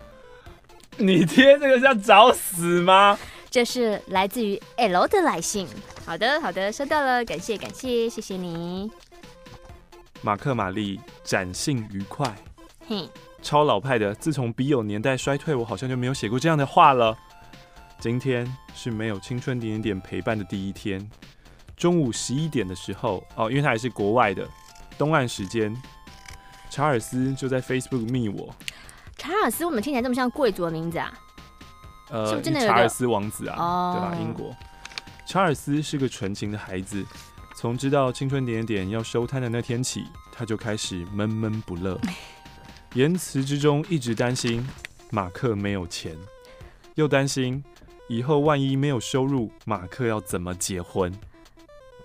你贴这个是要找死吗？
这是来自于 L 的来信。好的，好的，收到了，感谢，感谢，谢谢你。
马克玛丽展信愉快，
嘿，
超老派的。自从笔友年代衰退，我好像就没有写过这样的话了。今天是没有青春点点陪伴的第一天。中午十一点的时候，哦，因为他也是国外的东岸时间，查尔斯就在 Facebook 密我，
查尔斯，我们听起来这么像贵族的名字啊？
呃，
是不是真的有一个
查尔斯王子啊，
哦
对吧？英国，查尔斯是个纯情的孩子，从知道青春点点要收摊的那天起，他就开始闷闷不 乐，言辞之中一直担心马克没有钱，又担心以后万一没有收入，马克要怎么结婚？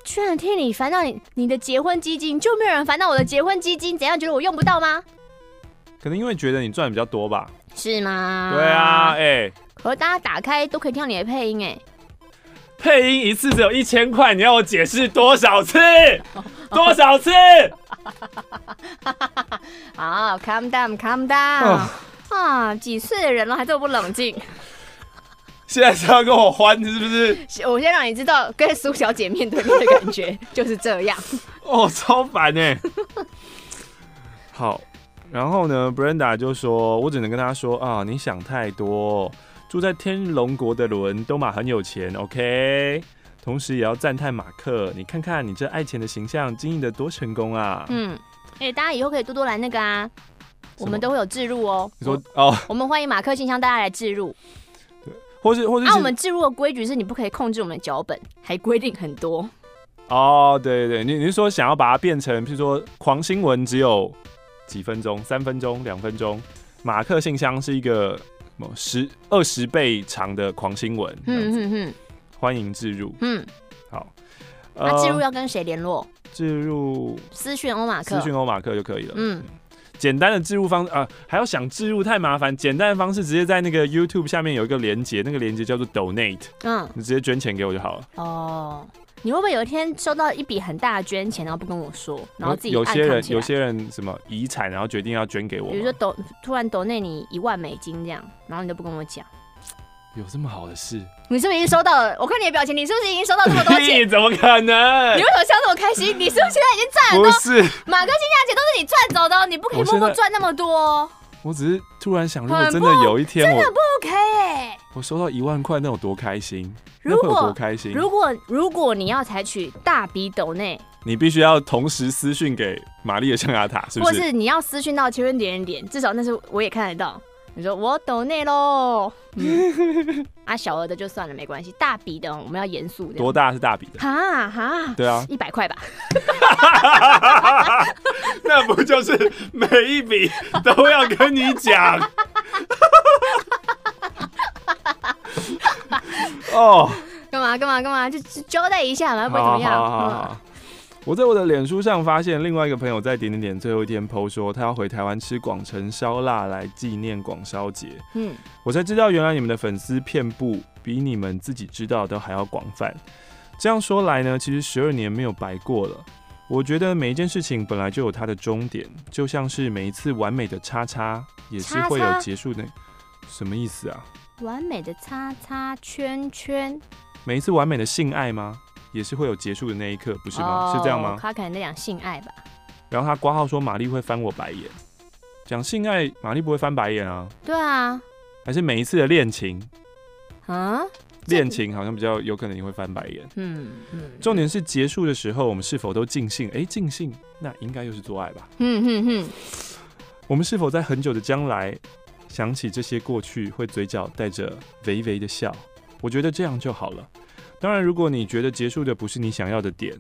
居然替你烦到你你的结婚基金，就没有人烦到我的结婚基金？怎样觉得我用不到吗？
可能因为觉得你赚得比较多吧？
是吗？
对啊，哎、
可是大家打开都可以听到你的配音哎，
配音一次只有一千块，你要我解释多少 次？多少次？
啊、c a l m down，calm down，、
啊
啊，几岁的人了还这么不冷静？
现在是要跟我欢是不是？
我先让你知道跟苏小姐面对面的感觉就是这样。
哦，超烦哎、好，然后呢，Brenda 就说，我只能跟她说啊，你想太多。住在天龙国的伦东马很有钱，OK。同时也要赞叹马克，你看看你这爱钱的形象经营的多成功啊！
嗯，哎、大家以后可以多多来那个啊，我
什么
们都会有置入哦。
你说哦，
我们欢迎马克信箱大家来置入。
或是或是
啊，
是
我们置入的规矩是你不可以控制我们的脚本，还规定很多。
哦，对对对，你你是说想要把它变成，譬如说狂新闻只有几分钟，三分钟、两分钟，马克信箱是一个什么十二十倍长的狂新闻，
嗯
嗯，
嗯嗯
欢迎置入，
嗯，
好，呃
那置入要跟谁联络？
置入
私讯欧啊马克
私。讯欧马克就可以了，
嗯，
简单的置入方啊、还要想置入太麻烦，简单的方式直接在那个 YouTube 下面有一个连接，那个连接叫做 Donate，
嗯
你直接捐钱给我就好了。
哦，你会不会有一天收到一笔很大的捐钱，然后不跟我说，然后自己
有
暗
些
扛
人
起来
有些人什么遗产，然后决定要捐给我吗，
比如说抖突然抖内你一万美金这样，然后你都不跟我讲，
有这么好的事。
你是不是已经收到了？我看你的表情，你是不是已经收到这么多 钱？
屁怎么可能
你为？什么笑那么开心？你是不是现在已经赚很
不
多？
是，
马克信箱钱都是你赚走的哦，你不可以
我现
默
在
默赚那么多哦，
我只是突然想，如
很
果
不
真的有一天我
真的不 OK 哎、
我收到一万块，那有多开心？
如
那
果
会有多开心？
如果如果你要采取大笔抖内，
你必须要同时私讯给玛丽的象牙塔，是不
或
是？
是你要私讯到千人点点点，至少那是我也看得到。你说我抖 内喽，嗯、啊小额的就算了，没关系，大笔的哦我们要严肃这样
多大是大笔的？
哈 哈，，
对啊
一百块吧，
那不就是每一笔都要跟你 讲？哦，
干嘛干嘛干嘛，就就交代一下嘛，
好
不然怎么
好好好
样？嗯
好我在我的脸书上发现，另外一个朋友在点点点最后一天 PO 说，他要回台湾吃广城烧腊来纪念广烧节。
嗯，
我才知道，原来你们的粉丝遍布比你们自己知道都还要广泛。这样说来呢，其实十二年没有白过了。我觉得每一件事情本来就有它的终点，就像是每一次完美的叉叉也是会
叉
有
叉
结束的。什么意思啊？
完美的叉叉圈圈，
每一次完美的性爱吗？也是会有结束的那一刻，不是吗？
哦
是这样吗？
他可能在讲性爱吧？
然后他挂号说玛丽会翻我白眼，讲性爱玛丽不会翻白眼啊，
对啊，
还是每一次的恋情，
嗯这
恋情好像比较有可能你会翻白眼。
嗯嗯
重点是结束的时候，我们是否都尽兴？诶，尽兴，那应该又是做爱吧？
嗯嗯嗯，
我们是否在很久的将来想起这些过去，会嘴角带着微微的笑？我觉得这样就好了。当然，如果你觉得结束的不是你想要的点，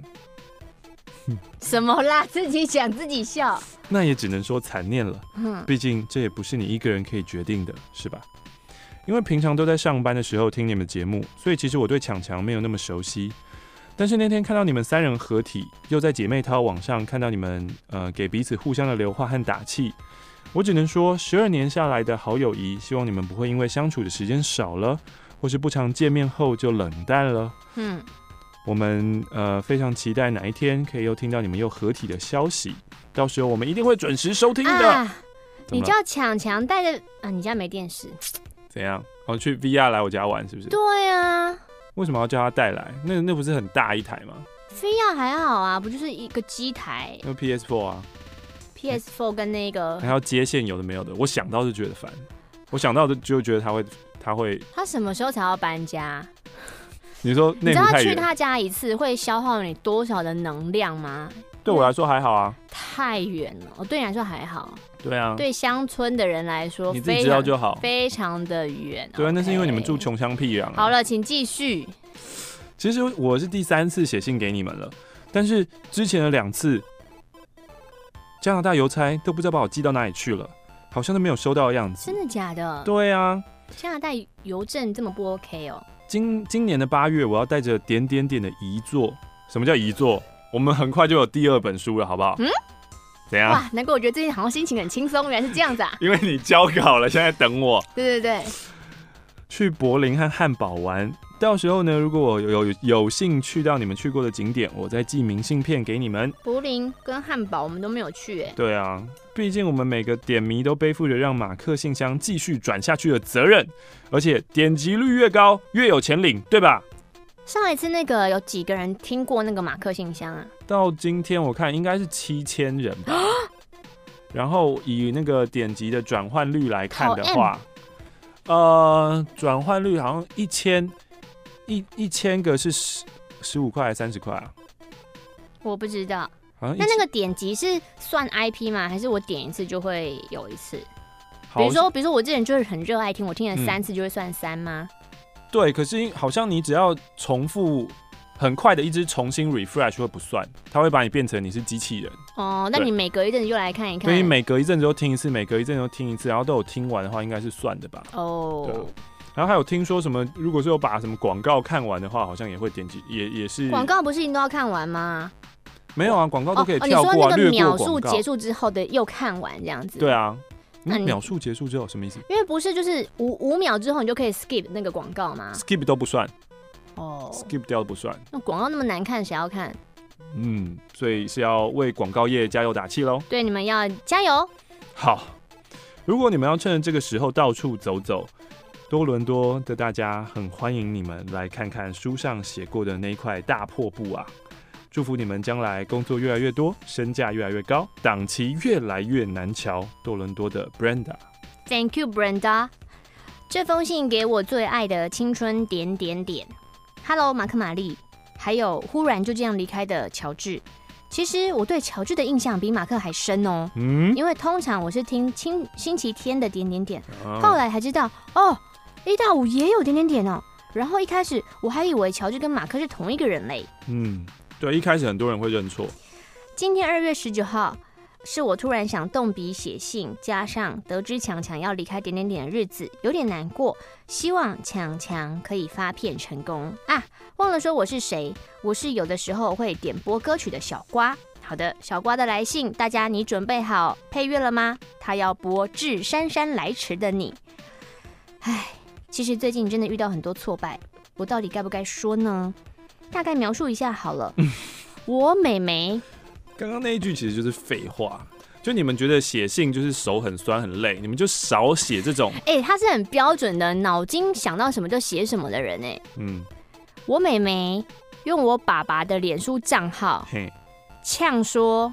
什么啦？自己讲自己笑，
那也只能说残念了。
嗯
毕竟这也不是你一个人可以决定的，是吧？因为平常都在上班的时候听你们节目，所以其实我对强强没有那么熟悉。但是那天看到你们三人合体，又在姐妹淘网上看到你们呃给彼此互相的留话和打气，我只能说，十二年下来的好友谊，希望你们不会因为相处的时间少了，或是不常见面后就冷淡了。
嗯，
我们呃非常期待哪一天可以又听到你们又合体的消息，到时候我们一定会准时收听的。
啊，
怎么
你
了
叫强强带着啊，你家没电视，
怎怎样？哦，去 VR 来我家玩是不是？
对啊
为什么要叫他带来？那那不是很大一台吗？
非要还好啊，不就是一个机台
那 PS4 啊，
PS4 跟那个
还要接线有的没有的，我想到就觉得烦，我想到就就觉得他会他会，
他什么时候才要搬家？
你说
你
内
知
部
道
太
去
远，
他家一次会消耗你多少的能量吗？
对我来说还好啊，
太远了，我对你来说还好，
对啊，
对乡村的人来说，
你自己知道
非常
就好，
非常的远。
对啊，那是因为你们住
OK
穷乡僻壤、啊。
好了，请继续。
其实我是第三次写信给你们了，但是之前的两次加拿大邮差都不知道把我寄到哪里去了，好像都没有收到的样子
真。的假的？
对啊，
加拿大邮政这么不 OK 哦？
今今年的八月，我要带着点点点的遗作。什么叫遗作？我们很快就有第二本书了，好不好？
嗯。
怎样？
哇，难怪我觉得最近好像心情很轻松，原来是这样 子啊！
因为你交稿了，现在等我
对对对，
去柏林和汉堡玩。到时候呢，如果我有有有幸去到你们去过的景点，我再寄明信片给你们。
柏林跟汉堡我们都没有去哎、
对啊，毕竟我们每个点迷都背负着让马克信箱继续转下去的责任，而且点击率越高越有钱领，对吧？
上一次那个有几个人听过那个马克信箱啊？
到今天我看应该是七千人 吧。然后以那个点击的转换率来看的话，呃，转换率好像一千一一千个是十十五块还是三十块啊？
我不知道。
好像一
那
千
那个点击是算 IP 吗？还是我点一次就会有一次？比
好
如说，比如说我这人就是很热爱听，我听了
嗯
三次就会算三吗？
对，可是因好像你只要重复很快的一直重新 refresh 会不算，它会把你变成你是机器人，
哦，那
对
你每隔一阵子就来看一看。
所以每隔一阵子都听一次，每隔一阵子都听一次，然后都有听完的话应该是算的吧。对啊
哦，
然后还有听说什么，如果是有把什么广告看完的话，好像也会点击，也也是
广告不是一定都要看完吗？
没有啊，啊广告都可以
哦哦，你
跳
说
过、啊
那个
略
秒
过
数
广告
结。束之后的又看完这样子。
对。啊，
那
嗯
你
秒数结束之后什么意思
因为不是就是五五秒之后你就可以 skip 那个广告吗？
？skip 都不算
哦，
，skip 掉都不算。
那广告那么难看，谁要看？
嗯，所以是要为广告业加油打气喽。
对，你们要加油！
好，如果你们要趁着这个时候到处走走，多伦多的大家很欢迎你们来看看书上写过的那块大破布啊！祝福你们将来工作越来越多，身价越来越高，档期越来越难瞧。多伦多的 Brenda，
Thank you, Brenda。这封信给我最爱的青春点点点。Hello，马克玛丽，还有忽然就这样离开的乔治。其实我对乔治的印象比马克还深哦，
嗯，
因为通常我是听星星期天的点点点，后
啊
来才知道哦，一到五也有点点点哦。然后一开始我还以为乔治跟马克是同一个人类。
嗯，对，一开始很多人会认错，
今天二月十九号，是我突然想动笔写信，加上得知强强要离开点点点的日子，有点难过。希望强强可以发片成功啊！忘了说我是谁，我是有的时候会点播歌曲的小瓜。好的，小瓜的来信，大家你准备好配乐了吗？他要播《致姗姗来迟的你》。唉，其实最近真的遇到很多挫败，我到底该不该说呢？大概描述一下好了。我美眉
刚刚那一句其实就是废话。就你们觉得写信就是手很酸很累，你们就少写这种，
哎、他是很标准的脑筋想到什么就写什么的人哎、
嗯，
我妹妹用我爸爸的脸书账号
嘿，
呛说，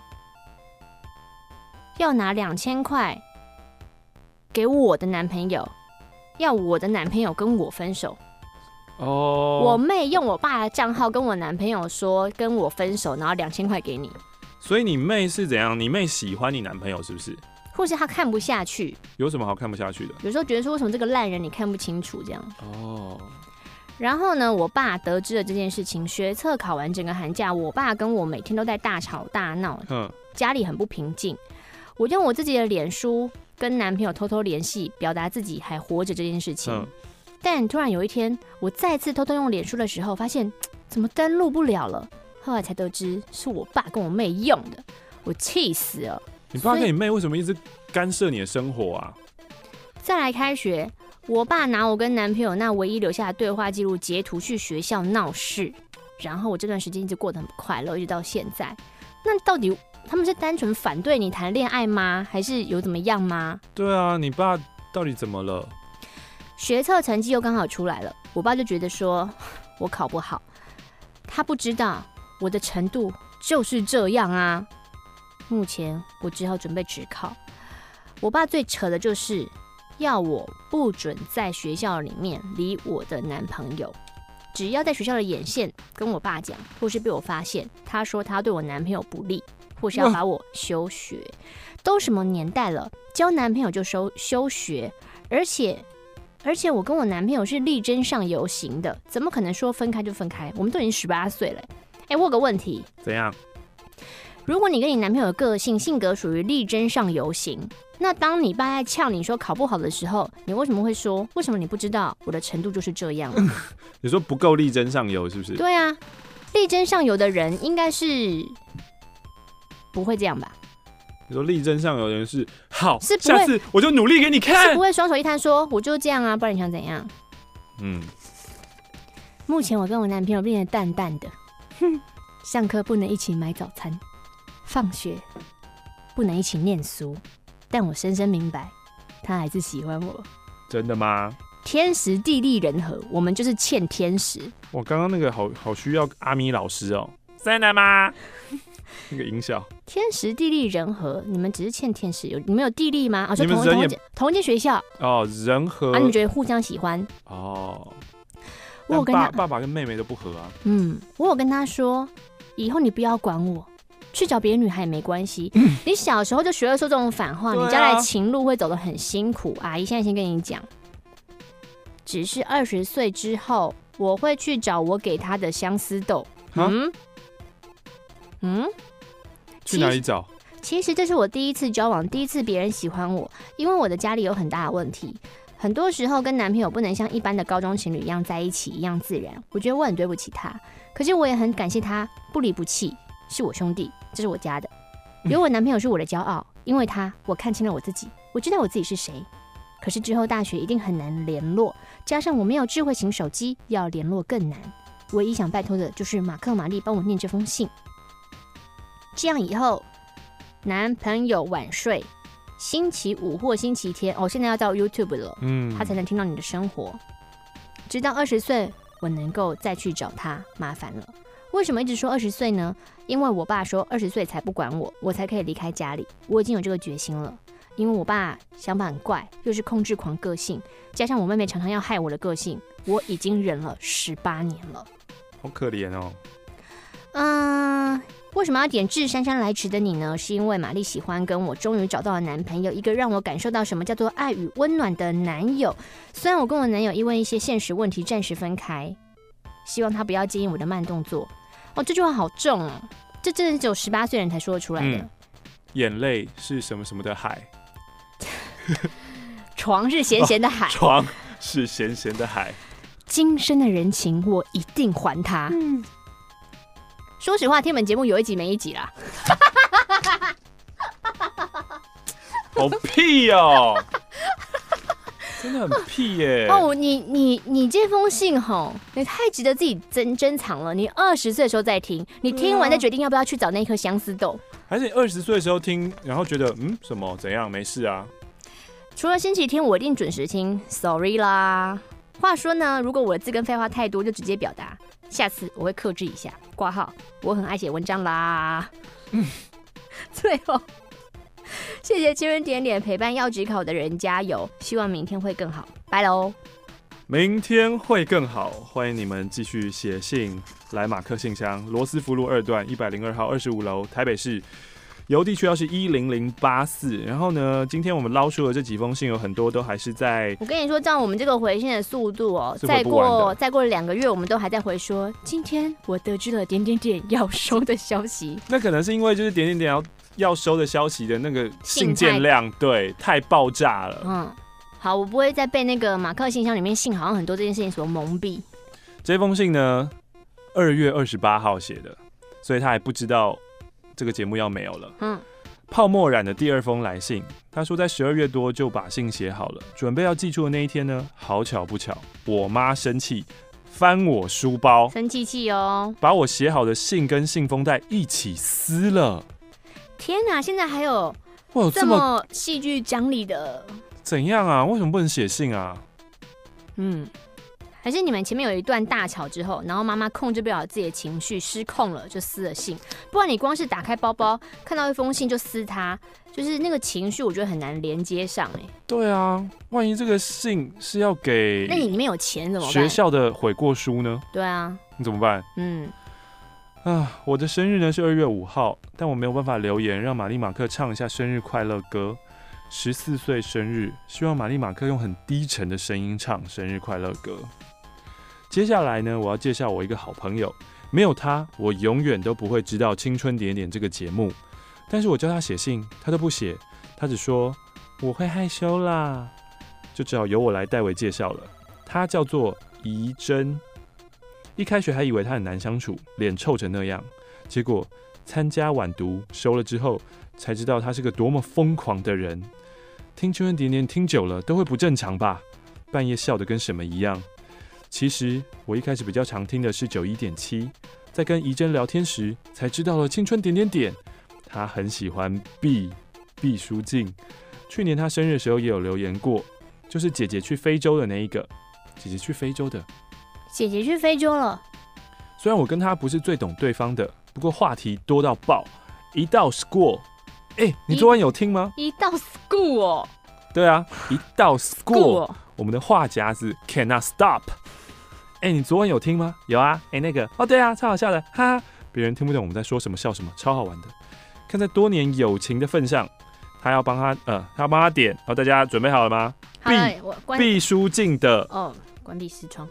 要拿两千块给我的男朋友，要我的男朋友跟我分手。
哦
我妹用我爸的账号跟我男朋友说跟我分手，然后两千块给你，
所以你妹是怎样？你妹喜欢你男朋友是不是？
或是她看不下去，
有什么好看不下去的？
有时候觉得说为什么这个烂人你看不清楚这样。
哦，
然后呢，我爸得知了这件事情，学测考完整个寒假，我爸跟我每天都在大吵大闹，
哼，
家里很不平静。我用我自己的脸书跟男朋友偷偷联系，表达自己还活着这件事情。
嗯
但突然有一天，我再次偷偷用脸书的时候，发现嘖怎么登录不了了。后来才得知是我爸跟我妹用的，我气死了。
你爸
所以
跟你妹为什么一直干涉你的生活啊？
再来开学，我爸拿我跟男朋友那唯一留下的对话记录截图去学校闹事，然后我这段时间一直过得很不快乐，一直到现在。那到底他们是单纯反对你谈恋爱吗？还是有怎么样吗？
对啊，你爸到底怎么了？
学测成绩又刚好出来了，我爸就觉得说 我考不好，他不知道我的程度就是这样啊。目前我只好准备职考。我爸最扯的就是要我不准在学校里面理我的男朋友，只要在学校的眼线跟我爸讲，或是被我发现，他说他对我男朋友不利，或是要把我休学。都什么年代了，交男朋友就休休学，而且而且我跟我男朋友是力争上游型的，怎么可能说分开就分开？我们都已经十八岁了、欸。哎、我有个问题，
怎样？
如果你跟你男朋友的个性性格属于力争上游型，那当你爸在呛你说考不好的时候，你为什么会说为什么你不知道我的程度就是这样？
你说不够力争上游是不是？
对啊，力争上游的人应该是不会这样吧？
你说力争上游的人是好，
是不
下
会
次我就努力给你
是
看
不。会双手一摊说我就这样啊，不然你想怎样？
嗯，
目前我跟我男朋友变得淡淡的， 哼，上课不能一起买早餐，放学不能一起念书，但我深深明白，他还是喜欢我。
真的吗？
天时地利人和，我们就是欠天时。
我刚刚那个好好需要阿咪老师哦。真的 吗？那个音效，
天时地利人和，你们只是欠天时，有你们有地利吗？啊，就
你们
同
人
同一
也
间同一间学校啊
哦，人和
啊，你们觉得互相喜欢？
哦，
我
但
有跟
爸
他
爸爸跟妹妹都不和啊。
嗯，我有跟他说，以后你不要管我，去找别的女孩也没关系。你小时候就学会说这种反话，
嗯对啊
你将来情路会走得很辛苦。阿姨现在先跟你讲，只是二十岁之后，我会去找我给他的相思豆。
啊
嗯嗯，
去哪里找？
其实这是我第一次交往，第一次别人喜欢我，因为我的家里有很大的问题。很多时候跟男朋友不能像一般的高中情侣一样在一起一样自然，我觉得我很对不起他，可是我也很感谢他不离不弃，是我兄弟，这是我家的，有我男朋友是我的骄傲，因为他我看清了我自己，我知道我自己是谁。可是之后大学一定很难联络，加上我没有智慧型手机，要联络更难。唯一想拜托的就是马克玛丽帮我念这封信，这样以后男朋友晚睡，星期五或星期天，哦，现在要到 YouTube 了，
嗯
他才能听到你的生活。直到二十岁，我能够再去找他，麻烦了。为什么一直说二十岁呢？因为我爸说二十岁才不管我，我才可以离开家里。我已经有这个决心了，因为我爸想法很怪，又是控制狂个性，加上我妹妹常常要害我的个性，我已经忍了十八年了。
好可怜哦。
嗯，为什么要点至姗姗来迟的你呢？是因为玛丽喜欢跟我终于找到了男朋友，一个让我感受到什么叫做爱与温暖的男友。虽然我跟我男友因为一些现实问题暂时分开，希望他不要介意我的慢动作。哦，这句话好重哦，这真的只有十八岁人才说得出来的。
嗯眼泪是什么什么的海，
床是咸咸的海，
床是咸咸的 海。
今生的人情我一定还他。嗯，说实话，听我们节目有一集没一集啦。
好屁哦、真的很屁耶、
哦，你你你这封信吼，你太值得自己珍珍藏了。你二十岁的时候再听，你听完再决定要不要去找那颗相思豆。
还是你二十岁的时候听，然后觉得嗯什么怎样没事啊？
除了星期天，我一定准时听。Sorry 啦。话说呢，如果我的字跟废话太多，就直接表达。下次我会克制一下。挂号，我很爱写文章啦。 最后，谢谢青春点点陪伴要职考的人，加油！希望明天会更好。拜喽。
明天会更好，欢迎你们继续写信来马克信箱，罗斯福路二段一百零二号二十五楼，台北市。邮地区号是一零零八四，然后呢，今天我们捞出了这几封信，有很多都还是在
我跟你说，照我们这个回信的速度哦，
是
再
回不完的
过再过两个月，我们都还在回说，今天我得知了点点点要收的消息。
那可能是因为就是点点点要要收的消息的那个
信
信件
太
量，对，太爆炸了。
嗯，好，我不会再被那个马克信箱里面信好像很多这件事情所蒙蔽。
这封信呢，二月二十八号写的，所以他还不知道这个节目要没有了。
嗯，
泡沫染的第二封来信，他说在十二月多就把信写好了，准备要寄出的那一天呢，好巧不巧，我妈生气，翻我书包，
生气气哦！
把我写好的信跟信封袋一起撕了。
天哪，现在还有
哇，有
这
这么
么戏剧张力的，
怎样啊？为什么不能写信啊？
嗯，还是你们前面有一段大吵之后，然后妈妈控制不了自己的情绪，失控了就撕了信。不然你光是打开包包看到一封信就撕它，就是那个情绪，我觉得很难连接上 哎、
对啊，万一这个信是要给
哎那你里面有钱怎么办
学？校的悔过书呢？
对啊，
你怎么办
嗯，
啊？我的生日呢是二月五号，但我没有办法留言，让玛丽马克唱一下生日快乐歌。十四岁生日，希望玛丽马克用很低沉的声音唱生日快乐歌。接下来呢，我要介绍我一个好朋友，没有他，我永远都不会知道《青春点点》这个节目。但是我叫他写信，他都不写，他只说我会害羞啦，就只好由我来代为介绍了。他叫做怡珍，一开学还以为他很难相处，脸臭成那样，结果参加晚读熟了之后，才知道他是个多么疯狂的人。听青春点点听久了都会不正常吧？半夜笑得跟什么一样。其实我一开始比较常听的是九一点七，在跟怡珍聊天时才知道了青春点点点。他很喜欢毕毕书尽，去年他生日的时候也有留言过，就是姐姐去非洲的那一个。姐姐去非洲的，
姐姐去非洲了，
虽然我跟他不是最懂对方的，不过话题多到爆，一到 school，哎、你
一
昨晚有听吗？
一到 school 哦
对啊，一到
，school，
school，
哦
我们的话匣子 cannot stop。哎、你昨晚有听吗？有啊，哎、那个，哦，对啊，超好笑的，哈哈，别人听不懂我们在说什么，笑什么，超好玩的。看在多年友情的份上，他要帮他，呃，他要帮他点，然、后大家准备好了吗？
好了，我关
毕书尽的，
哦，关闭视窗，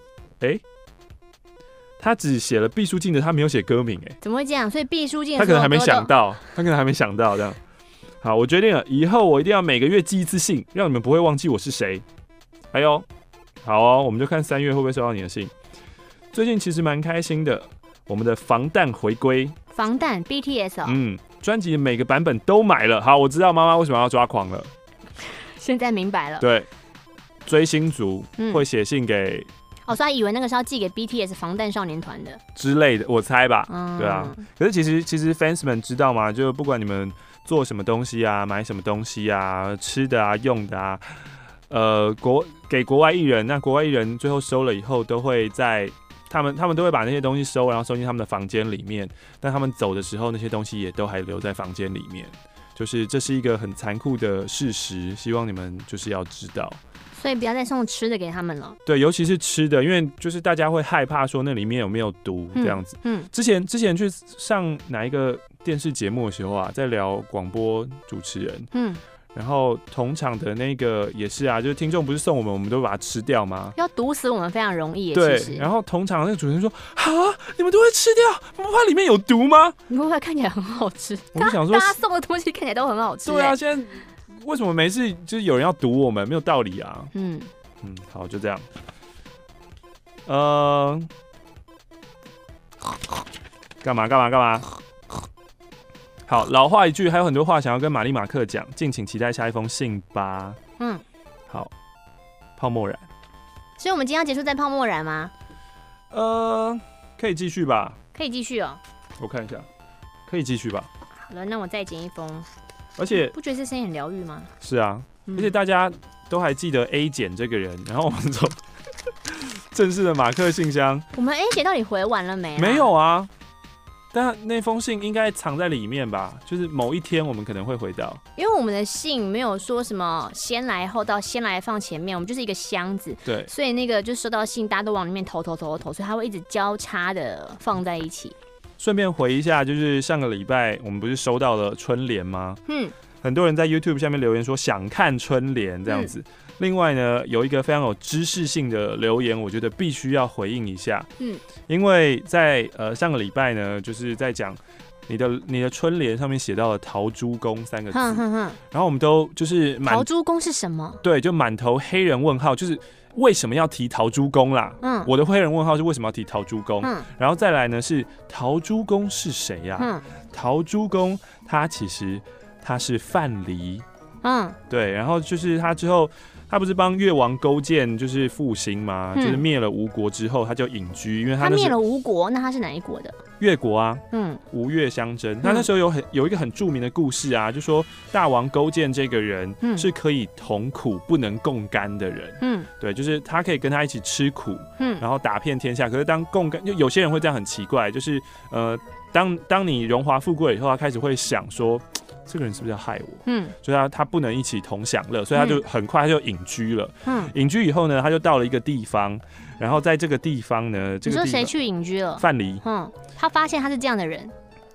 他只写了毕书尽的，他没有写歌名、哎。
怎么会这样？所以毕书尽的
他可能还没
所有歌
想
都，
到，他可能还没想到这样。好，我决定了，以后我一定要每个月寄一次信，让你们不会忘记我是谁。还有，好哦，我们就看三月会不会收到你的信。最近其实蛮开心的，我们的防弹回归，
防弹 BTS 哦，
嗯，专辑每个版本都买了。好，我知道妈妈为什么要抓狂了，
现在明白了，
对，追星族
嗯
会写信给
哦，所以他以为那个是要寄给 BTS 防弹少年团的，
之类的，我猜吧。
嗯，
对啊，可是其实其实 fans 们知道吗？就不管你们做什么东西啊，买什么东西啊，吃的啊，用的啊，呃，国给国外艺人，那国外艺人最后收了以后，都会在他们他们都会把那些东西收，然后收进他们的房间里面。但他们走的时候，那些东西也都还留在房间里面。就是这是一个很残酷的事实，希望你们就是要知道。
所以不要再送吃的给他们了，
对，尤其是吃的，因为就是大家会害怕说那里面有没有毒这样子。
嗯，
之前之前去上哪一个电视节目的时候啊，在聊广播主持人，
嗯嗯，
然后同场的那个也是啊，就是听众不是送我们，我们都把它吃掉吗？
要毒死我们非常容易耶，
对
其，实
然后同场那个主持人说：“啊，你们都会吃掉，不怕里面有毒吗
你会不会看起来很好吃？？”
我就想说
大，家送的东西看起来都很好吃，
对啊，
哎，
现在为什么没事就是有人要毒我们，没有道理啊。
嗯，
嗯，好，就这样。呃，干嘛干嘛干嘛？好，老话一句，还有很多话想要跟玛丽马克讲，敬请期待下一封信吧。
嗯，
好，泡沫染，
所以我们今天要结束在泡沫染吗？
呃，可以继续吧？
可以继续哦。
我看一下，可以继续吧。
好了，那我再剪一封。嗯
而且
不觉得这声音很疗愈吗？
是啊，
嗯
而且大家都还记得 A 简这个人，然后我们走 正式的马克信箱。
我们 A 姐到底回完了没、啊？
没有。啊，但那封信应该藏在里面吧？就是某一天我们可能会回到。
因为我们的信没有说什么先来后到，先来放前面，我们就是一个箱子，
对，
所以那个就收到信，大家都往里面投投投投投，所以它会一直交叉的放在一起。
顺便回一下，就是上个礼拜我们不是收到了春联吗？
嗯，
很多人在 YouTube 下面留言说想看春联这样子。
嗯
另外呢，有一个非常有知识性的留言，我觉得必须要回应一下。
嗯，
因为在呃上个礼拜呢，就是在讲你的你的春联上面写到了“陶朱公”三个字，
哼哼哼，
然后我们都就是满
陶朱公是什么？
对，就满头黑人问号，就是为什么要提陶朱公啦？
嗯
我的黑人问号是为什么要提陶朱公？
嗯
然后再来呢是陶朱公啊是谁呀、
嗯
陶朱公他其实他是范蠡，
嗯，
对，然后就是他之后，他不是帮越王勾践就是复兴嘛，
嗯
就是灭了吴国之后，他就隐居，因为他
他
那
灭
时候
了吴国，那他是哪一国的？
越国啊，
嗯
吴越相争。那那时候有很有一个很著名的故事啊，就说大王勾践这个人
嗯
是可以同苦不能共甘的人，
嗯
对，就是他可以跟他一起吃苦，
嗯
然后打遍天下。可是当共甘，就有些人会这样很奇怪，就是呃，当当你荣华富贵以后，他开始会想说，这个人是不是要害我？
嗯
所以他他不能一起同享乐，所以他就很快他就隐居了。
嗯，
隐居以后呢，他就到了一个地方，然后在这个地方呢，这
你
个
说
地
谁
方
去隐居了？
范蠡，
嗯，他发现他是这样的人，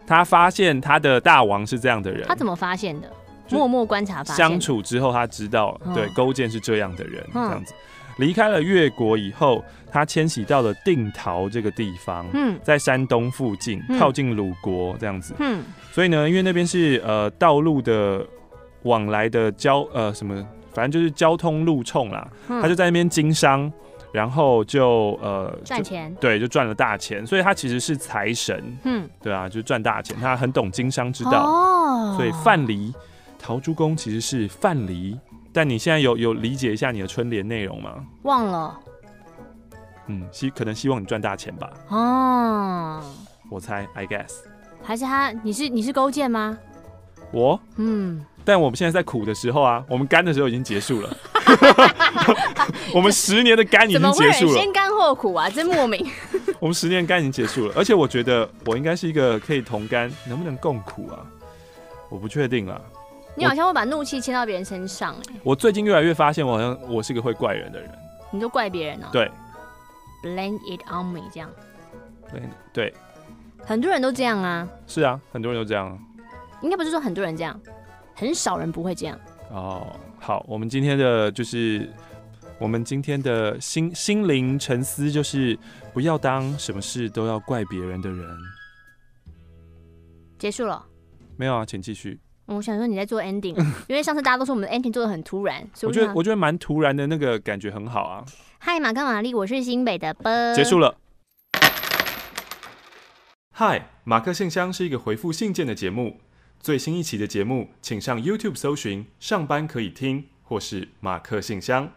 他发现他的大王是这样的人
他，怎么发现的？
就
默默观察发现
相
的。
处之后他知道，
嗯
对勾践是这样的人，这
嗯
样子。离开了越国以后，他迁徙到了定陶这个地方。
嗯
在山东附近，
嗯
靠近鲁国这样子，
嗯
所以呢，因为那边是呃道路的往来的交呃什么，反正就是交通路冲啦，
嗯，
他就在那边经商，然后就呃
赚
就
钱。
对，就赚了大钱，所以他其实是财神，
嗯，
对啊，就赚大钱，他很懂经商之道，
哦
所以范蠡、陶朱公其实是范蠡，但你现在有有理解一下你的春联内容吗？
忘了
嗯，希可能希望你赚大钱吧，
哦，
我猜，I guess，
还是他？你是你是勾践吗？
我，
嗯，
但我们现在在苦的时候啊，我们干的时候已经结束 了，我们十年的干已
怎么
经
会
结
有
束
人
了，
先甘后苦啊？真 莫名。
我们十年干已经结束了，而且我觉得我应该是一个可以同甘，能不能共苦啊？我不确定啦。
你好像会把怒气牵到别人身上、欸，
我最近越来越发现，我好像我是个会怪人的人。
你就怪别人哦、
对
，blame it on me 这样，
对对，
很多人都这样啊，
是啊，很多人都这样。
应该不是说很多人这样，很少人不会这样。
哦，好，我们今天的就是我们今天的心心灵沉思，就是不要当什么事都要怪别人的人。
结束了，
没有啊，请继续。
我想说你在做 ending，因为上次大家都说我们的 ending 做的很突然，所以
我
我
觉
就
得
想
我觉得蛮突然的那个感觉很好啊。
嗨马跟玛丽，我是新北的波，
结束了。嗨，马克信箱是一个回复信件的节目。最新一期的节目，请上 YouTube 搜寻“上班可以听”或是“马克信箱”。